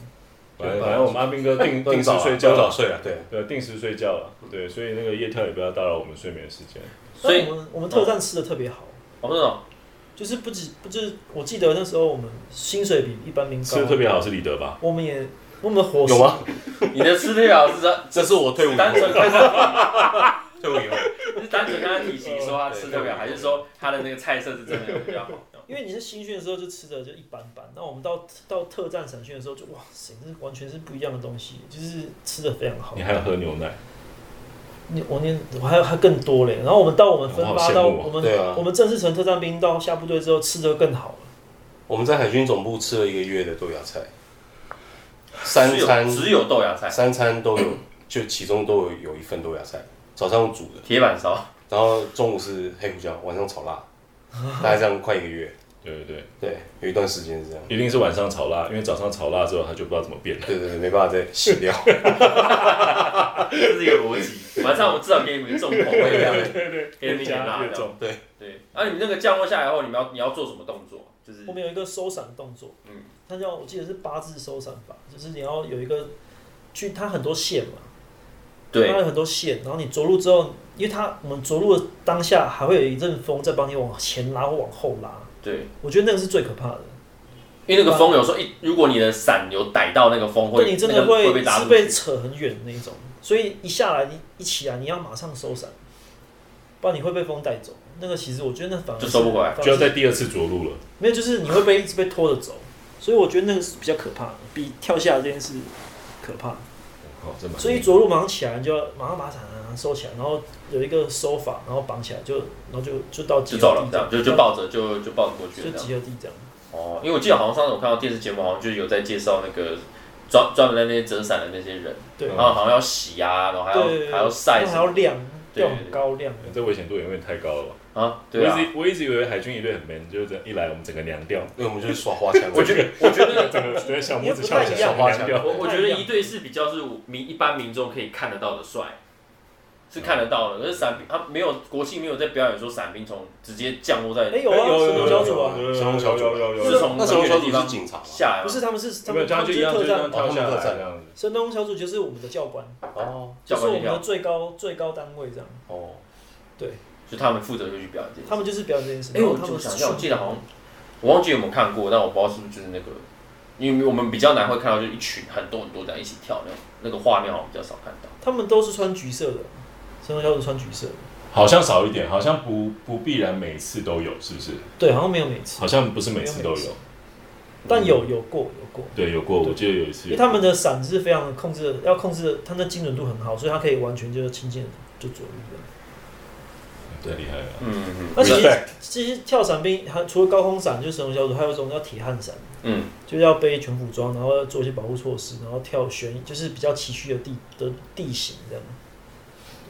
反正反正我们阿兵哥定 都定时很早啊睡觉都很早了，睡啊，对。对，定时睡觉了，对，所以那个夜跳也不要打扰我们睡眠时间。所以但我们我们特战吃的特别好，我那种就是不止不止，我记得那时候我们薪水比一般民高，吃的特别好是李德吧？我们也我们的伙食有吗？你的吃力老是说这是我退伍以单后，纯看他 退伍以后，是单纯看他体型说他吃得了，还是说他的那个菜色是真的比较好？因为你是新训的时候就吃的就一般般，那我们到到特战散训的时候就哇塞，这完全是不一样的东西，就是吃的非常好你。还要喝牛奶，你我念我还还更多嘞，然后我们到我们分我好发羡到慕哦我们、对啊我们正式成特战兵到下部队之后吃的更好了。我们在海军总部吃了一个月的豆芽菜，三只有餐只有豆芽菜、三餐都有，就其中都有有一份豆芽菜，早上煮的，铁板烧，然后中午是黑胡椒，晚上炒辣，大概这样快一个月，对对对，对，有一段时间是这样，一定是晚上炒辣，因为早上炒辣之后他就不知道怎么变了。对对对，没办法再洗 掉，这是一个逻辑。晚上我至少给你们重口味，这 样给你们一点辣越的。重，对，那你们那个降落下来后，你们要你要做什么动作？就是我们有一个收伞动作，嗯它叫我记得是八字收伞法，就是你要有一个去它很多线嘛，对它有很多线，然后你着陆之后，因为它我们着陆的当下还会有一阵风在帮你往前拉或往后拉，对，我觉得那个是最可怕的。因为那个风有时候一，如果你的伞有逮到那个风，会对你真那的个会被会打是出被去。扯很远的那一种，所以一下来你一起来你要马上收伞，不然你会被风带走。那个其实我觉得那反而就是收不回来反而就要是在第二次着陆了。没有，就是你会被一直被拖着走，所以我觉得那个是比较可怕的，比跳下这件事可怕。哦，这蛮所以着陆马上起来你就要马上把伞啊收起来，然后有一个收法，然后绑起来就然后就就到集就合走了，地这样就就就抱着就就抱着过去就了这样。集合地这样。哦，因为我记得好像上次我看到电视节目，好像就有在介绍那个专专门在那些折伞的那些人，对然后好像要洗啊，然后还要对，还要晒然后还要亮，对要很高亮。这危险度有点太高了吧？啊，对啊我。一直我一直以为海军一队很 man，就是这样一来我们整个凉掉，因为我们就是耍花枪，我觉得，我觉得，整个整个小拇指翘起来也不太一样凉我掉。我觉得一队是比较是民一般民众可以看得到的帅，是看得到的。可是伞兵他没有国庆没有在表演说伞兵从直接降落在哎，有啊，有有什有么有小组啊？有小龙小组有有有是从那时候小组地是啊方警察嘛，下来吗，不是，他们是他没有们这他样们就就一是样，就特这样战，跳下来这样子。神东小组就是我们的教官，哦就教是我官一们的跳，最高最高单位这样。哦，就他们负责就去表演这件事。他们就是表演这件事。哎、我然后他我们是想一下，我记得好像我忘记有没有看过，但我不知道是不是就是那个，因为我们比较难会看到，就一群很多很多在一起跳那种那个画面，好像比较少看到。他们都是穿橘色的，神东小组穿橘色的，好像少一点，好像不不必然每次都有，是不是？对，好像没有每次好，像不是每次都没有每有次，但有有过有过，对，有过，我记得有一次因为他们的伞是非常控制的，要控制的，它的精准度很好，所以它可以完全就是轻轻地就左右这样。太厉害了。嗯嗯那其实 Respect 其实跳伞兵还除了高空伞，就是神龙小组，还有一种叫铁汉伞，嗯，就是要背全副武装，然后要做一些保护措施，然后跳悬，就是比较崎岖的地的地形这样。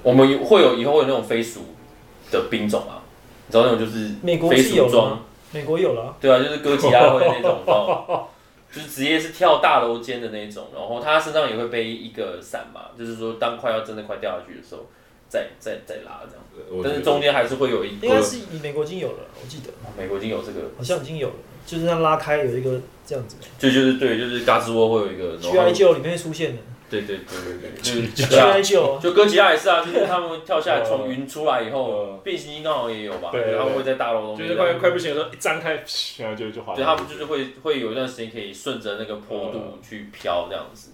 我们会有以后会有那种飞鼠的兵种啊，你知道那种就是美国飞是有鼠的装，，美国有了，对啊，就是哥吉拉会那种，你知道吗？就是直接是跳大楼间的那种，然后他身上也会背一个伞嘛，就是说当快要真的快掉下去的时候，再再再拉这样，我但是中间还是会有一应该个，是美国已经有了，我记得美国已经有这个，好像已经有了，就是它拉开有一个这样子就就是对，就是嘎吱窝会有一个，然，G 后 I 九里面会出现的对对对对对，就是，G 对啊 I 哦九就哥吉拉也是啊，就是他们跳下来从云出来以后嗯，变形金刚好像也有吧，哦对对对然后会在大楼中就间是这快样，快不行的时候，一张开，然后就就滑对他下去们就是会会有一段时间可以顺着那个坡度去飘这样子。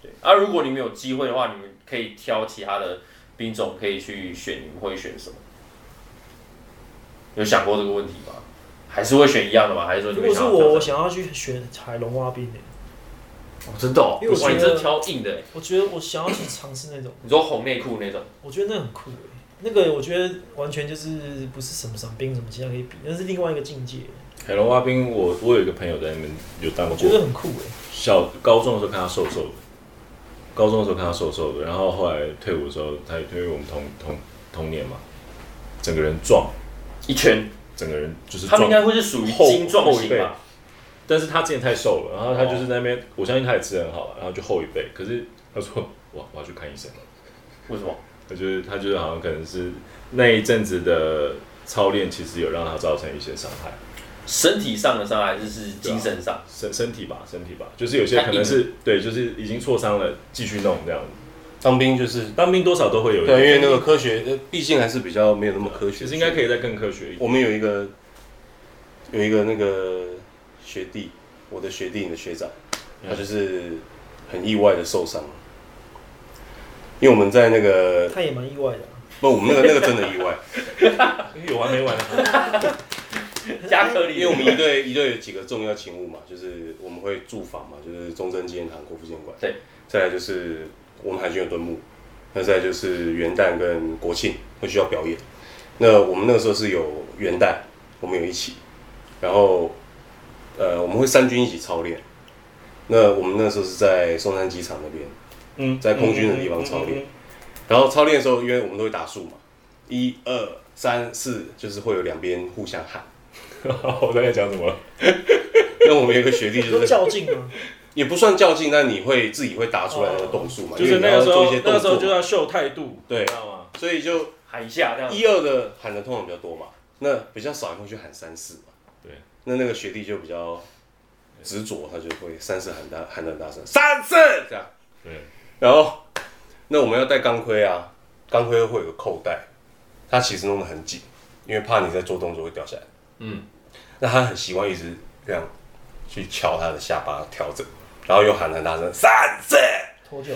对，啊，如果你们有机会的话，你们可以挑其他的兵种可以去选，你们会选什么？有想过这个问题吗？还是会选一样的吗？还是说你们如果是想要我，挑我战？想要去选海龙蛙兵诶，哦真的哦，因为我哇，你觉得这挑硬的欸，我觉得我想要去尝试那种，你说红内裤那种，我觉得那很酷诶，欸那个我觉得完全就是不是什么什么兵什么其他可以比，那是另外一个境界，海龙蛙兵，我我有一个朋友在那边有当我过，觉得很酷欸诶。小高中的时候看他瘦瘦的，高中的时候看他瘦瘦的，然后后来退伍的时候，他也退伍我们同同同年嘛，整个人壮，一圈，整个人就是他们应壮，该会是属于后精壮后一型辈吧？但是他之前太瘦了，然后他就是在那边，我相信他也吃的很好啊，然后就后一辈，可是他说我我要去看医生，为什么？他就是他就是好像可能是那一阵子的操练，其实有让他造成一些伤害。身体上的伤害，还是是精神上？身身体吧，身体吧，就是有些可能是对，就是已经挫伤了，继续弄这样子。当兵就是当兵多少都会有一对啊，因点，为那个科学，呃，毕竟还是比较没有那么科学。其实应该可以再更科学一点。我们有一个有一个那个学弟，我的学弟，你的学长，嗯他就是很意外的受伤，因为我们在那个他也蛮意外的啊、不，我们那个那个真的意外， 有完没完啊？加颗粒，因为我们一队一队有几个重要勤务嘛，就是我们会驻防嘛，就是中正纪念堂、国父纪念馆，对，再来就是我们海军有蹲木，那再来就是元旦跟国庆会需要表演。那我们那个时候是有元旦，我们有一起，然后呃我们会三军一起操练。那我们那时候是在松山机场那边，嗯在空军的地方操练嗯嗯嗯然后操练的时候，因为我们都会打数嘛，一二三四，就是会有两边互相喊。嗯 我在讲什么？那我们有一个学弟就都是 较劲啊，也不算较劲，但你会自己会打出来那个动数嘛，哦就因是为你那要个时做一候些，那动个时候作就嘛，要秀态度，对你知道吗？所以就喊一下这样。一二的喊的通常比较多嘛，那比较少人会去喊三四嘛。对，那那个学弟就比较执着，他就会三四喊大喊的很大声，三四这样。对，然后那我们要戴钢盔啊，钢盔会有个扣带，它其实弄得很紧，因为怕你在做动作会掉下来。嗯，那他很喜欢一直这样去敲他的下巴调整，然后又喊得很大声三四。脱臼。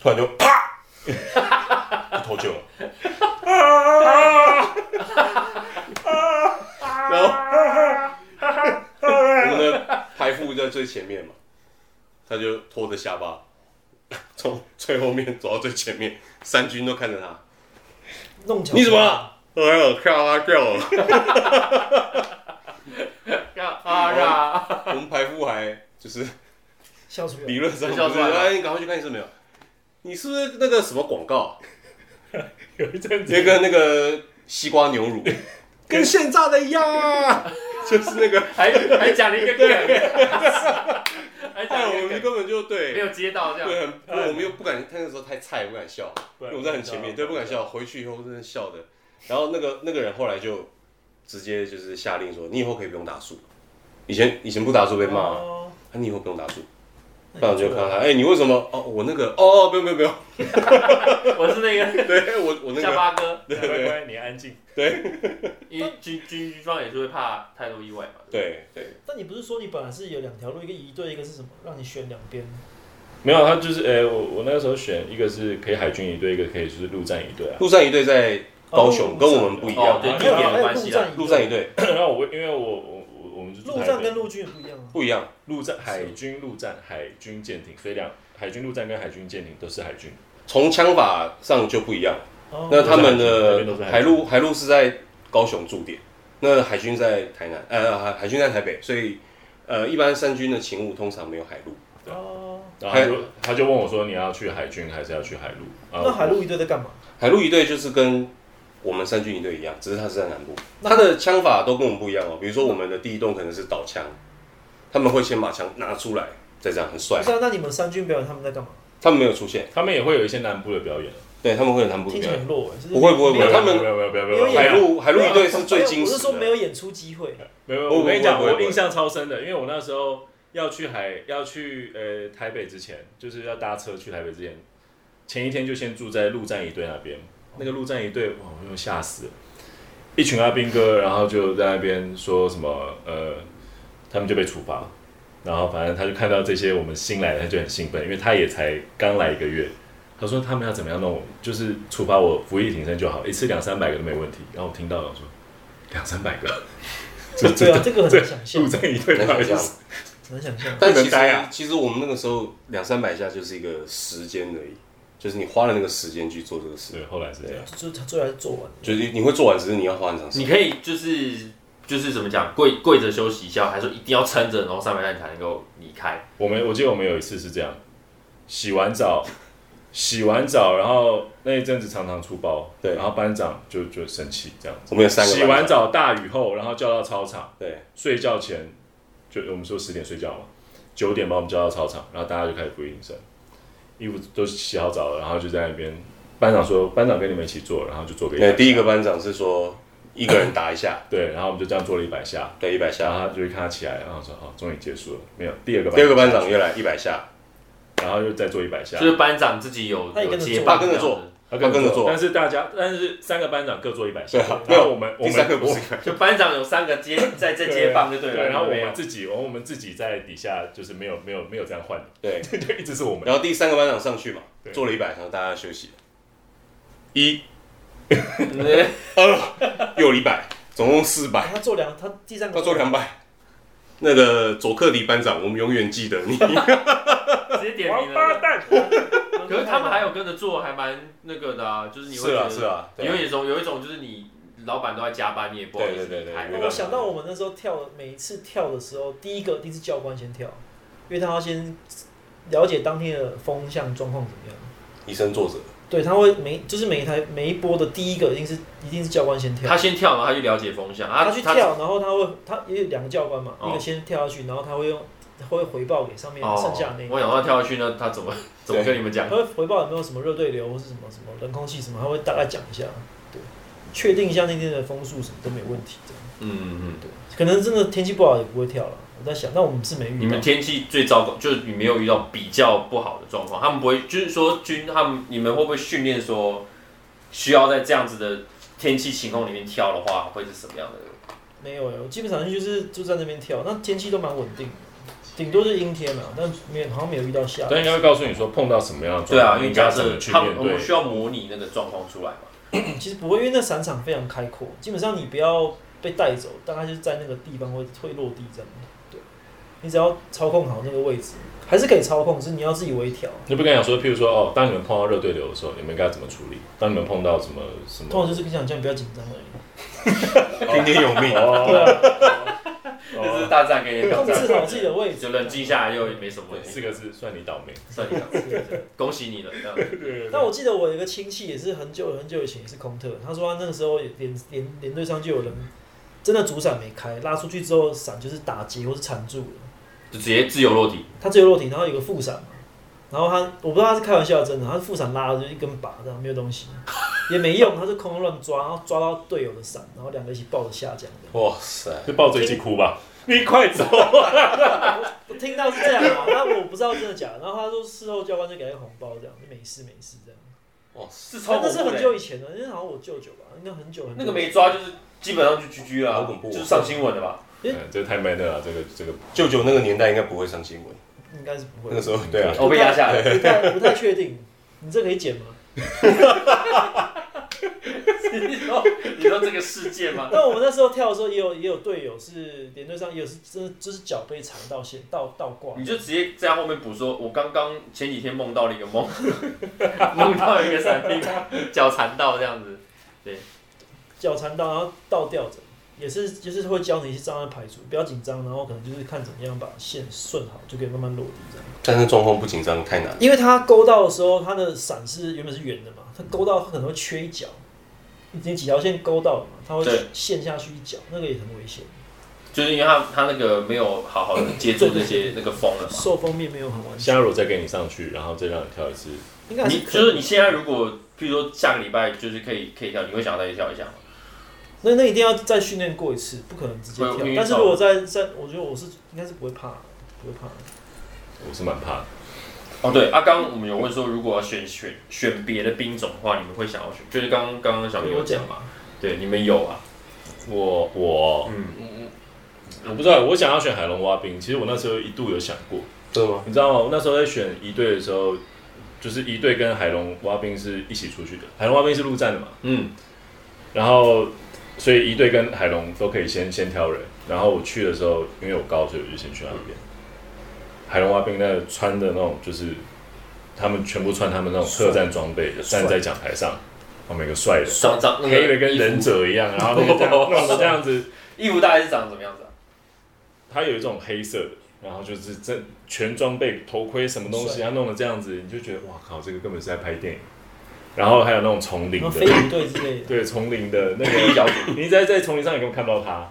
突然就啪， 就脱臼了，啊啊！然后我们的排副在最前面嘛，他就拖着下巴从最后面走到最前面，三军都看着他，弄巧，你怎么？了？哎呦，掉啊掉了！啊呀！我们排副还就是笑出来理。论上笑不出是，来了哎，你赶快去看医生没有？你是不是那个什么广告啊？有一阵那子个那个西瓜牛乳， 跟现榨的一样啊， 就是那个，还还讲了一个梗，还哎，讲了我一个们梗，根本就没对，有接到这样。对，很我们又不敢，他那时候太菜，不敢笑，因为我在很前面，对，不敢笑，回去以后真的笑的。然后那个那个人后来就直接就是下令说，你以后可以不用打数，以前以前不打数被骂，啊哦你以后不用打数。那你然后就就看到他，哎，你为什么？哦，我那个，哦，哦，不用不用不用， 我是那个对我我那下个，巴哥，对，乖乖，你安静。因为军军军方也是会怕太多意外嘛。对对，但你不是说你本来是有两条路，一个一对，一个是什么？让你选两边。没啊有，他就是诶，我我那个时候选一个是可以海军一队，一个可以就是陆战一队啊。陆战一队在高雄，跟我们不一哦样，，对，啊地没有点啊，的还有关陆系啦。战，陆战一，队 然后我因为我我我我们就住陆台战北跟陆军也不一样啊。不一样。陆战海军陆战海军舰艇，所以两海军陆战跟海军舰艇都是海军。从枪法上就不一样。哦那他们那边都是的海军海陆海陆是在高雄驻点，那海军在台呃南，呃，海海军在台北，所以呃，一般三军的勤务通常没有海陆，哦，然后他就他就问我说：“你要去海军还是要去海陆？”啊那海陆一队在干嘛？海陆一队就是跟我们三军一队一样，只是它是在南部，它的枪法都跟我们不一样哦。比如说我们的第一洞可能是导枪，他们会先把枪拿出来，再这样很帅不。是啊，那你们三军表演他们在干嘛？他们没有出现，他们也会有一些南部的表演。对他们会有南部听表起来演很。弱哎，就是不会不会不没有会，他们没有没有没有没没有有演海没有陆海陆一队是最精啊我是实说没的。啊有演出机会，没有，不我不跟你讲，不不我不印象超深的，因为我那时候要去海要去呃台北之前，就是要搭车去台北之前，前一天就先住在陆战一队那边。那个陆战一队，哇，我又吓死了，一群阿兵哥，然后就在那边说什么呃，他们就被处罚。然后反正他就看到这些我们新来的，他就很兴奋，因为他也才刚来一个月。他说他们要怎么样弄我，就是处罚我服役挺身就好，一次两三百个都没问题。然后我听到了我说 两三百个，这对啊，这个很这难想象陆，战一队能到想底象是，很难想象。但不能其实待啊其实我们那个时候两三百下就是一个时间而已，就是你花了那个时间去做这个事，对，后来是这样。就是他最后还是做完了，就是你会做完，只是你要花很长时你间。可以就是就是怎么讲，跪跪着休息一下，还是说一定要撑着，然后上百下你才能够离开？我们我 记得我们有一次是这样，洗完澡，洗完澡，然后那一阵子常常出包，对然后班长就就生气这样。我们有三个班洗完澡大雨后，然后叫到操场，对，睡觉前就我们说十点睡觉嘛，九点把我们叫到操场，然后大家就开始服应声，衣服都洗好澡了，然后就在那边。班长说：“班长跟你们一起做，然后就做个一那百第一下个班长是说一个人打一下，对，然后我们就这样做了一百下，对，一百然下。后他就会看他起来，然后说：‘哦，终于结束了。’没有，第二个第二个班长又来一百下，然后又再做一百下，就是班长自己有他也有跟着做接棒他跟着做这样子他跟着做但是大家，但是三个班长各做一百下，对啊然后我们我第们三个不我是就班长有三个接 在在接棒就对了，对，啊然后我没有们自己，我们我们自己在底下就是没有没有没有这样换， 对，就一直是我们然后第三个班长上去嘛对，做了一百，然后大家休息，一对又一百，总共四百，他做两，他第三个他做两百。那个佐克迪班长，我们永远记得你。直接点名王了八。蛋，啊可是他们还有跟着做，还蛮那个的啊，就是你会是觉啊得是啊，有一种有一种就是你老板都在加班，你也不好意思对对对离开对没办法我想到我们那时候跳，每一次跳的时候，第一个一定是教官先跳，因为他要先了解当天的风向状况怎么样。以身作则，对，他会每就是每一台每一波的第一个一定是一定是教官先跳，他先跳，然后他去了解风向，啊他他去跳，然后他会他也有两个教官嘛，哦一个先跳下去，然后他会用他会回报给上面哦剩下的那一，我个，想到跳下去呢，他怎么怎么跟你们讲他？会回报有没有什么热对流或是什么什么冷空气什么，他会大概讲一下，对，确定一下那天的风速什么都没问题这样。嗯嗯嗯，可能真的天气不好也不会跳了，我在想，那我们是没遇到。你们天气最糟糕，就是你没有遇到比较不好的状况，他们不会，就是说军他们你们会不会训练说需要在这样子的天气情况里面跳的话，会是什么样的？没有哎、我基本上就是就在那边跳，那天气都蛮稳定的，顶多是阴天嘛，但没有好像没有遇到下雨。但应该会告诉你说碰到什么样的对啊，状因为况，应该假怎设么去他们面我们需对。要模拟那个状况出来嘛。其实不会，因为那散场非常开阔，基本上你不要被带走，大概就是在那个地方会会落地这样。对，你只要操控好那个位置，还是可以操控，只是你要自己微调。你不跟你讲说，譬如说哦，当你们碰到热对流的时候，你们应该怎么处理？当你们碰到什么什么，哦通常就是跟你讲，叫你不要紧张而已，听天由命。对哦，啊，啊这是大战给你的挑控制战，好自己的位置，就冷静下来又没什么问题，四个字，算你倒霉。算你 了，恭喜你了。这样但我记得我有一个亲戚也是很久很久以前也是空特，他说他那个时候也连连连队上就有人真的主伞没开，拉出去之后伞就是打结或是缠住了，就直接自由落体，他只有落体，然后有个副伞嘛，然后他我不知道他是开玩笑的真的，他是副伞拉的就一根拔这样没有东西，也没用，他就空中乱抓，然后抓到队友的伞，然后两个一起抱着下降的。哇塞，就抱着一起哭吧，你快走！我听到是这样啊，但我不知道真的假的。然后他说事后教官就给他一个红包这样，就没事没事这样。哇塞，是超但那恐是怖很的。欸久以前的，因为好像我舅舅吧，应该很久很久。那个没抓就是基本上就 GG 了啊，好恐怖哦就是上新闻的吧？嗯这太 man 了，这个这个舅舅那个年代应该不会上新闻，应该是不会。那个时候对啊，我被压下来，不太不太确定，你这可以剪吗？ 你说你说这个世界吗？ 但我们那时候跳的时候，也有也有队友是连队上也有是真的就是脚被缠到线倒倒挂，你就直接在后面补说，我刚刚前几天梦到了一个梦， 梦到一个伞兵脚缠到这样子，脚缠到然后倒吊着，也是就是会教你一些障碍排除，不要紧张，然后可能就是看怎么样把线顺好，就可以慢慢落地这样。但是状况不紧张太难。因为它勾到的时候，它的伞是原本是圆的嘛，它勾到它可能会缺一角，你几条线勾到了嘛，它会对陷下去一角，那个也很危险，就是因为他他那个没有好好的接住这些那个风了 嘛。受风面没有很完现全，在如果再给你上去，然后再让你跳一次，应该还你可以就是你现在如果，譬如说下个礼拜就是可以可以跳，你会想要再去跳一下吗？那那一定要再训练过一次，不可能直接跳会会。晕但是如果在在，我觉得我是应该是不会怕，不会怕。我是蛮怕的。哦，对，啊，刚刚我们有问说，如果要选选选别的兵种的话，你们会想要选？就是刚刚刚刚小明有讲嘛，对，你们有啊，我我嗯，我不知道，我想要选海龙蛙兵。其实我那时候一度有想过，对吗？你知道吗？我那时候在选一队的时候，就是一队跟海龙蛙兵是一起出去的。海龙蛙兵是陆战的嘛，嗯，然后所以一队跟海龙都可以先先挑人。然后我去的时候，因为我高，所以我就先去那边。海龙蛙兵那个穿的那种，就是他们全部穿他们那种特战装备，帅站在讲台上，哦，每个帅 的。长长那个黑的跟衣服忍者一样，然后那个这样弄得这样子，衣服大概是长什么样子啊？它有一种黑色的，然后就是这全装备、头盔什么东西，帅它弄得这样子，你就觉得哇靠，这个根本是在拍电影。然后还有那种丛林然后飞的，鱼队之类的，对丛林的那第一个， 小组，你在在丛林上你根本看不到它，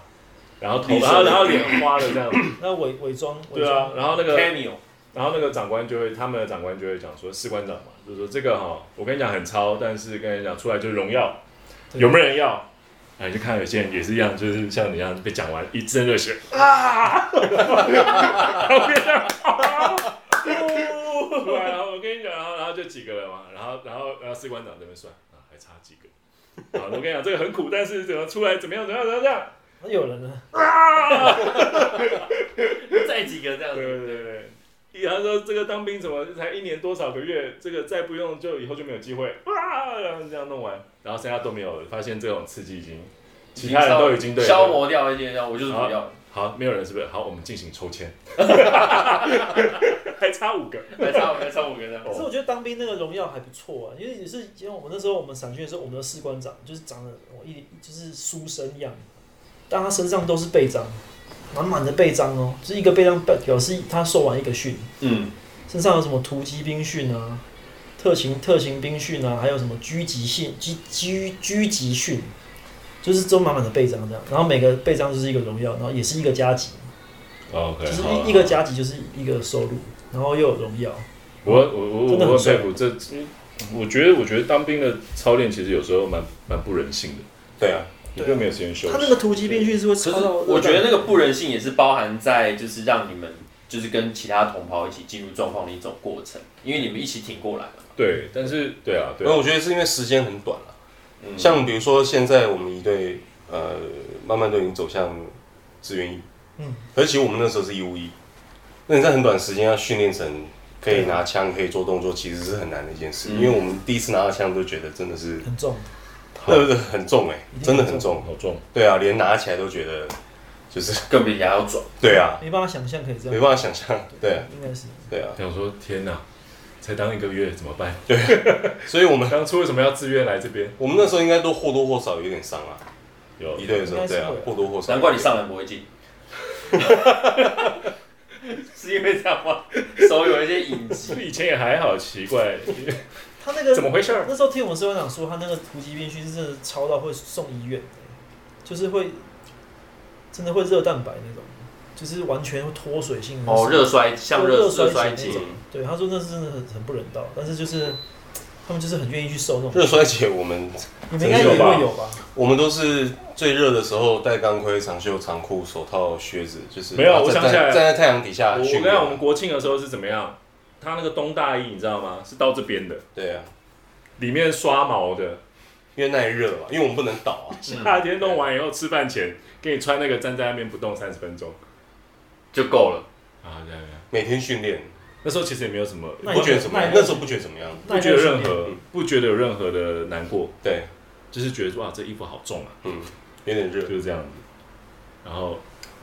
然后头，绿色然的后然后脸花了 这样，那伪伪装，伪对啊装，，然后那个 cameo，然后那个长官就会，他们的长官就会讲说，士官长嘛，就说这个哈、我跟你讲很超，但是跟你讲出来就是荣耀，对有没有人要？哎，就看有些人也是一样，就是像你一样被讲完一身热血啊，然后变成啊，出来了，我跟你讲，然后然后就几个人嘛，然后然后然后士官长这边算啊，还差几个，啊，我跟你讲这个很苦，但是怎么出来怎么样怎么样怎么样那有人呢？啊， 再几个这样对子，对对对，他说这个当兵怎么才一年多少个月，这个再不用就以后就没有机会啊，然后这样弄完，然后剩下都没有了，发现这种刺激已经其他人都已经对啊消磨掉一些，然后我就是不要，好，没有人是不是？好，我们进行抽签，还差五个，还差还差五个这样。可哦是我觉得当兵那个荣耀还不错啊，因为也是因为我那时候我们散训的时候，我们的士官长就是长得我一就是书生样，但他身上都是背章，满满的背章哦，就是一个背章表表示他受完一个训，嗯，身上有什么突击兵训啊、特勤特勤兵训啊，还有什么狙击训、狙狙狙击训，就是都满满的背章这样。然后每个背章就是一个荣耀，然后也是一个加级，哦 OK，就是好一一个加级就是一个收入，然后又有荣耀。我我我真的很我很帅佩服这，我觉得我觉得当兵的操练其实有时候蛮蛮不人性的，对啊，你根本没有时间休息。他那个突击兵训是会可超是到，我觉得那个不人性也是包含在就是让你们就是跟其他同袍一起进入状况的一种过程，因为你们一起挺过来了嘛。对，但是对啊，对因为啊，我觉得是因为时间很短了。嗯，像比如说现在我们一队呃，慢慢都已经走向志愿役，嗯，而且我们那时候是义务役，那你在很短时间要训练成可以拿枪、可以做动作，其实是很难的一件事。嗯因为我们第一次拿到枪都觉得真的是，很重，那个 很重哎、一定很真的很重。好重。对啊，连拿起来都觉得就是更别想要转，对啊，没办法想象可以这没样。办法想象。对啊，应该是对啊，想说天哪，才当一个月怎么办？所以我 们当初为什么要自愿来这边？我们那时候应该都或多或少有点伤啊，有一队的时候应该是对啊会啊，或多或少。难怪你上篮不会进， 是因为这样吗？手有一些隐疾，以前也还好，奇 怪，他那个怎么回事儿？那时候听我们社长说，他那个突击兵训是真的超到会送医院的，就是会真的会热蛋白那种，就是完全会脱水性的哦，热衰像热热热衰衰竭竭那，种对，他说那是真的很很不人道，但是就是他们就是很愿意去受那种，热衰竭，我们你们应该也会有吧？我们都是最热的时候戴钢盔、长袖、长裤、手套、靴子，就是没有然后我站想起来了站在太阳底我下我训跟你练啊。讲，我们国庆的时候是怎么样？他那个东大衣你知道吗？是到这边的，对啊，里面刷毛的，因为耐热嘛，因为我们不能倒啊。夏天弄完以后吃饭前给你穿那个站在那边不动三十分钟就够了。啊，对对。每天训练，那时候其实也没有什么，那不觉得怎么样耐？热那时候不觉得怎么样。不觉得任那何不觉得有任何的难过，对，就是觉得哇这衣服好重啊。嗯，有点热。就是这样子，然后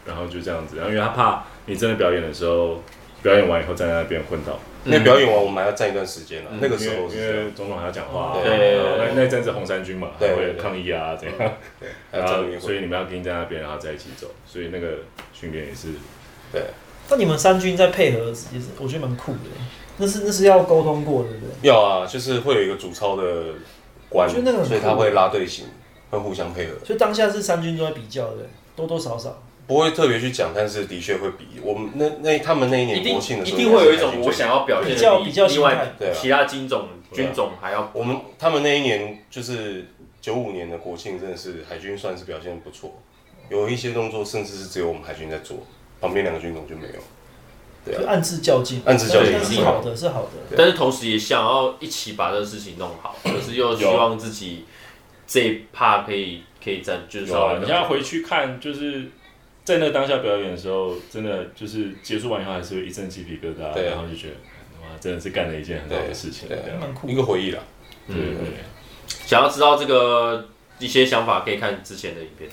然后就这样子，然后因为他怕你真的表演的时候表演完以后站在那边昏倒，那表演完我们还要站一段时间了，啊那个时候因为是这嗯因样，为总统还要讲话啊，对然后那那一阵子红衫军嘛，对还会对对抗议啊怎样，对， 还要然站后那边啊所以会，你们要跟在那边，然后在一起走，所以那个训练也是对，那你们三军在配合，也是我觉得蛮酷的。那是那是要沟通过的，对不对？要啊，就是会有一个主操的官，我觉得那个很酷所以他会拉队形，会互相配合，所以当下是三军都在比较的，多多少少。不会特别去讲，但是的确会比我们那那他们那一一年定国庆的嗯一时候，定会有一种我想要表现比较的比较心另态外对啊其他军种对啊军种还要我们他们那一年就是九五年的国庆，真的是海军算是表现得不错，有一些动作甚至是只有我们海军在做，旁边两个军种就没有。对啊就暗自较劲，暗自较劲但是好的，是好的。对啊但是同时也想要一起把这个事情弄 好，可是又希望自己这一趴可以可以在就是有稍啊微，你要回去看，就是在那当下表演的时候，真的就是结束完以后还是会一阵鸡皮疙瘩，对啊然后就觉得哇，真的是干了一件很好的事情，对啊对这样蛮酷一个回忆啦。对对嗯，对。想要知道这个一些想法，可以看之前的影片，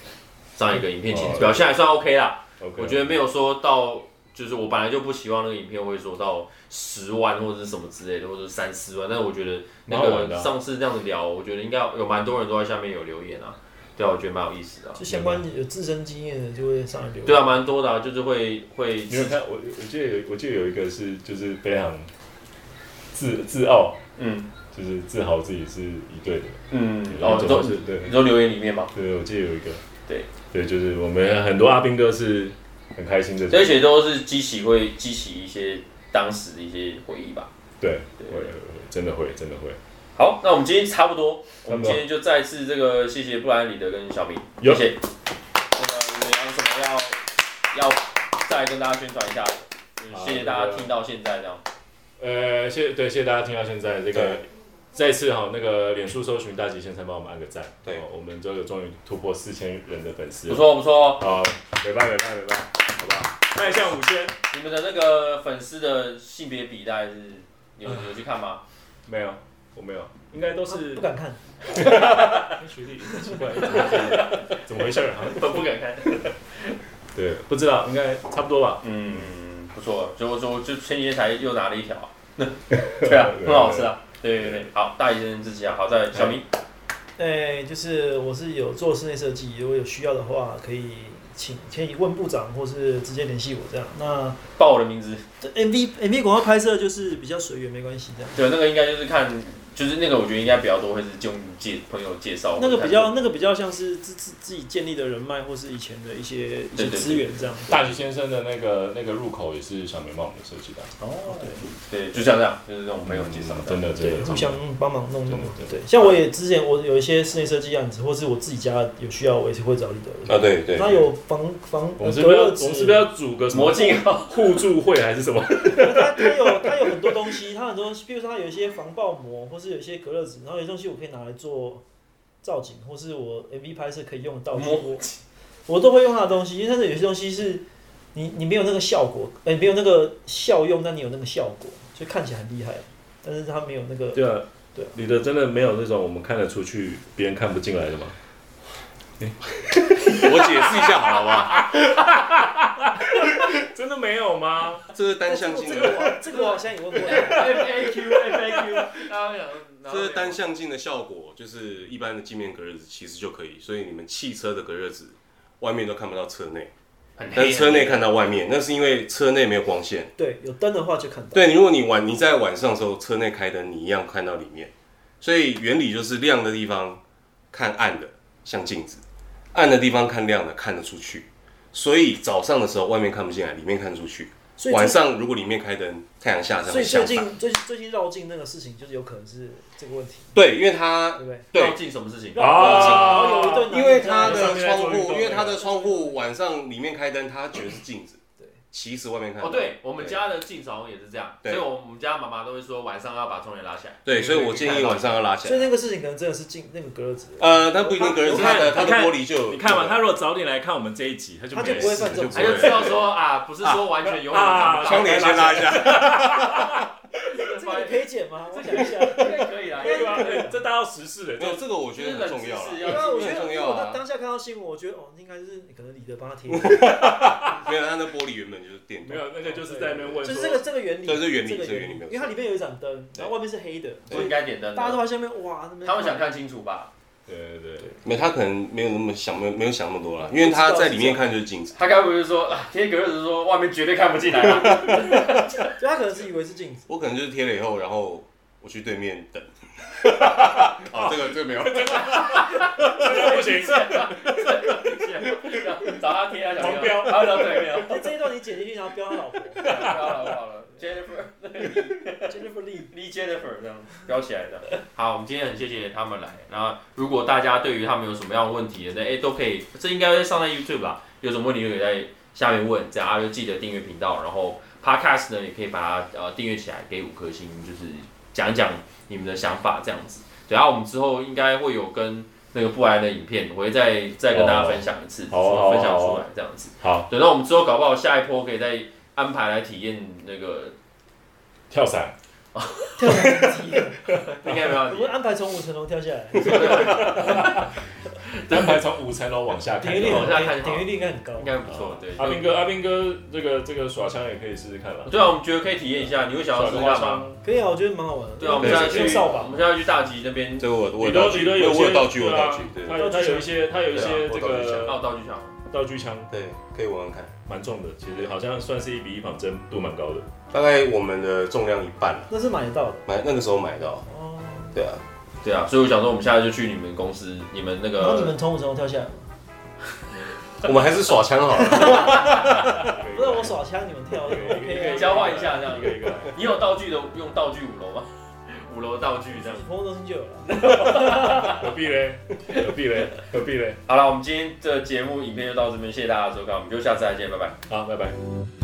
上一个影片其哦实表现还算 OK 啦， OK，我觉得没有说到。就是我本来就不希望那个影片会说到十万或者是什么之类的，或者是三四万。但是我觉得那蛮好玩的个啊上次这样子聊，我觉得应该有蛮多人都在下面有留言啊，嗯对啊，我觉得蛮有意思的啊、就相关有自身经验的就会上来留言。对啊，蛮多的、啊，就是会会你有看我，我记得有，我记得有一个是就是非常自自傲，嗯就是自豪自己是一队的，嗯然哦，后你总说是对你说留言里面嘛，对，我记得有一个，对对，就是我们很多阿兵哥是很开心的，这些都是激起会激起一些当时的一些回忆吧。对，对会会会真的会真的会，好，那我们今天差不多，我们差不多今天就再次这个谢谢布莱恩里德跟小明，有谢谢。那个你们有什么要要再跟大家宣传一下的？嗯好谢谢大家那个听到现在这样。呃，谢对谢谢大家听到现在这个对。再次哈，那个脸书搜寻大极限三，帮我们按个赞。对哦我们这个终于突破四千人的粉丝不了。错不哦错，好，美拜美拜美拜，好不好？迈向五千，你们的那个粉丝的性别比大概是有有去看 吗？没有，我没有，应该都是啊不敢看，学弟，奇怪，怎么怎么回事？好像不不敢看。对，不知道，应该差不多吧。嗯，不错，就就就前几天才又拿了一条啊、 对啊，很好吃啊。对对对，好，大姨先自己啊，好在小明，哎，就是我是有做室内设计，如果有需要的话，可以请可以问部长，或是直接联系我这样。那报我的名字，这 MV MV 广告拍摄就是比较随缘，没关系这样。对，那个应该就是看，就是那个我觉得应该比较多会是经介朋友介绍，那个比较那个比较像是自自自己建立的人脉，或是以前的一些一对些对对资源这样。大学先生的那个那个入口也是小梅帮我们设计的，哦，对。对，就像这样，就是这种朋友介绍，嗯真的真对，的互相帮忙弄真弄的。对，像我也之前我有一些室内设计案子，或是我自己家有需要，我也是会找你的。啊，对对，那有房房我呃们是不是要我隔热们纸，是不是要组个什么魔镜号互助会还是什么？它它有它有很多东西，它很多，比如说它有一些防爆膜，或是有一些隔热纸，然后有些东西我可以拿来做造景，或是我 MV 拍摄可以用的道嗯具，模我我都会用它的东西，因为它是有些东西是你你没有那个效果，哎、没有那个效用，但你有那个效果，就看起来很厉害，但是它没有那个对啊， 对，你的真的没有那种我们看得出去，别人看不进来的吗？我解释一下好了吧？ 真的没有吗？这是单向性这个的，我这个我好像也问过你。 F A Q F A Q，大家想，这是单向性的效果，就是一般的镜面隔热纸其实就可以，所以你们汽车的隔热纸外面都看不到车内，很但黑是车内看到外面，那是因为车内没有光线。对，有灯的话就看到。对，如果你晚你在晚上的时候车内开灯，你一样看到里面。所以原理就是亮的地方看暗的，像镜子；暗的地方看亮的，看得出去。所以早上的时候外面看不进来，里面看得出去。所以晚最上如果里面开灯，太阳下山所会以最相反。近最最近绕境那个事情，就是有可能是这个问题，对，因为对它不对？要对，进什么事情？绕境，然后有一啊对，因为它的上面在窗做户，运动因为它的窗户晚上里面开灯，它觉得是镜子。对，其实外面看哦，不到对我们家的进好像也是这样，所对以我们家妈妈都会说晚上要把窗帘拉起来。对，所以我建议晚上要拉起所以来。那个事情可能真的是进那个格子，呃，它不一定隔热纸，它的你它看的玻璃就有你看嘛，他如果早点来看我们这一集，他就他没就不会事犯这种就他不就会知道说啊，不是说完全永远看不啊 到，窗帘先拉一下。这个赔钱吗？我想一下。应该可以啊啦，可以吧？哎 这大家要实事的，没有这这个，我觉得很重要就是冷知识要了。对啊，我觉很得因重为要我当啊。当下看到新闻，我觉得哦，应该是可能李德帮他贴，没有，他那玻璃原本就是电没动，有那个就是在那边问就是说这个这个原理，对这原理这个这原理理没，有因为它里面有一盏灯，然后外面是黑的，不应该点灯的。大家都在下面哇，那边他们想看清楚吧？对对对，没他可能没有那么想，没有没有想那么多啦，因为他在里面看就是镜子。他该不是说啊贴隔热纸说外面绝对看不进来啊？就他可能是以为是镜子，我可能就是贴了以后，然后我去对面 等。啊，这个这个没有，这个不行，找他贴啊，小狂飙他找对面哦，哎，这一段你剪进去，然后标他老婆好了好了，Jennifer。 Jennifer Lee， Lee Jennifer 这样标起来的。 好，我们今天很谢谢他们来。那如果大家对于他们有什么样的问题的，那哎、都可以，这应该会上在 YouTube 啦。有什么问题就可以在下面问，这样啊就记得订阅频道，然后 Podcast 呢也可以把它呃订阅起来，给五颗星，就是讲一讲你们的想法这样子。对，啊然后我们之后应该会有跟那个布莱恩的影片，我会再再跟大家分享一次，哦好啊分享好啊出来这样子。好对，那我们之后搞不好下一波可以再安排来体验那 个，跳伞， 跳下来，应该没有问我题们。安排从五层楼跳下来，安排从五层楼往下看点阅。率往下看很点阅率应该很高应。该不错，对。阿兵哥，阿兵哥，这个这个耍枪也可以试试看啦。对啊，我们觉得可以体验一下。你会想要试试耍看吗？枪，可以啊，我觉得蛮好玩的。对啊，我们现在用去，扫我把们，现在去大吉那边这个我我你有都道具，你都有我有些道具，我有对啊道具，对啊他有他有一些他有一些这到个道具场。道具枪对，可以玩玩看。蛮重的，其实好像算是一比一仿真度蛮高的。大概我们的重量一半了，那是买得到的买那个时候买到，哦。对啊，对啊，所以我想说，我们现在就去你们公司，你们那然后你个们从五层楼跳下来吗，我们还是耍枪好了。不是我耍枪，你们 跳一个一个一个，OK 啊。交换一下这样一个一个来。你有道具的用道具五楼吗？ 五楼道具这样。朋友中心就有了。何必嘞？何必嘞？何必嘞？好了，我们今天的节目影片就到这边，谢谢大家的收看，我们就下次再见，拜拜。好，拜拜。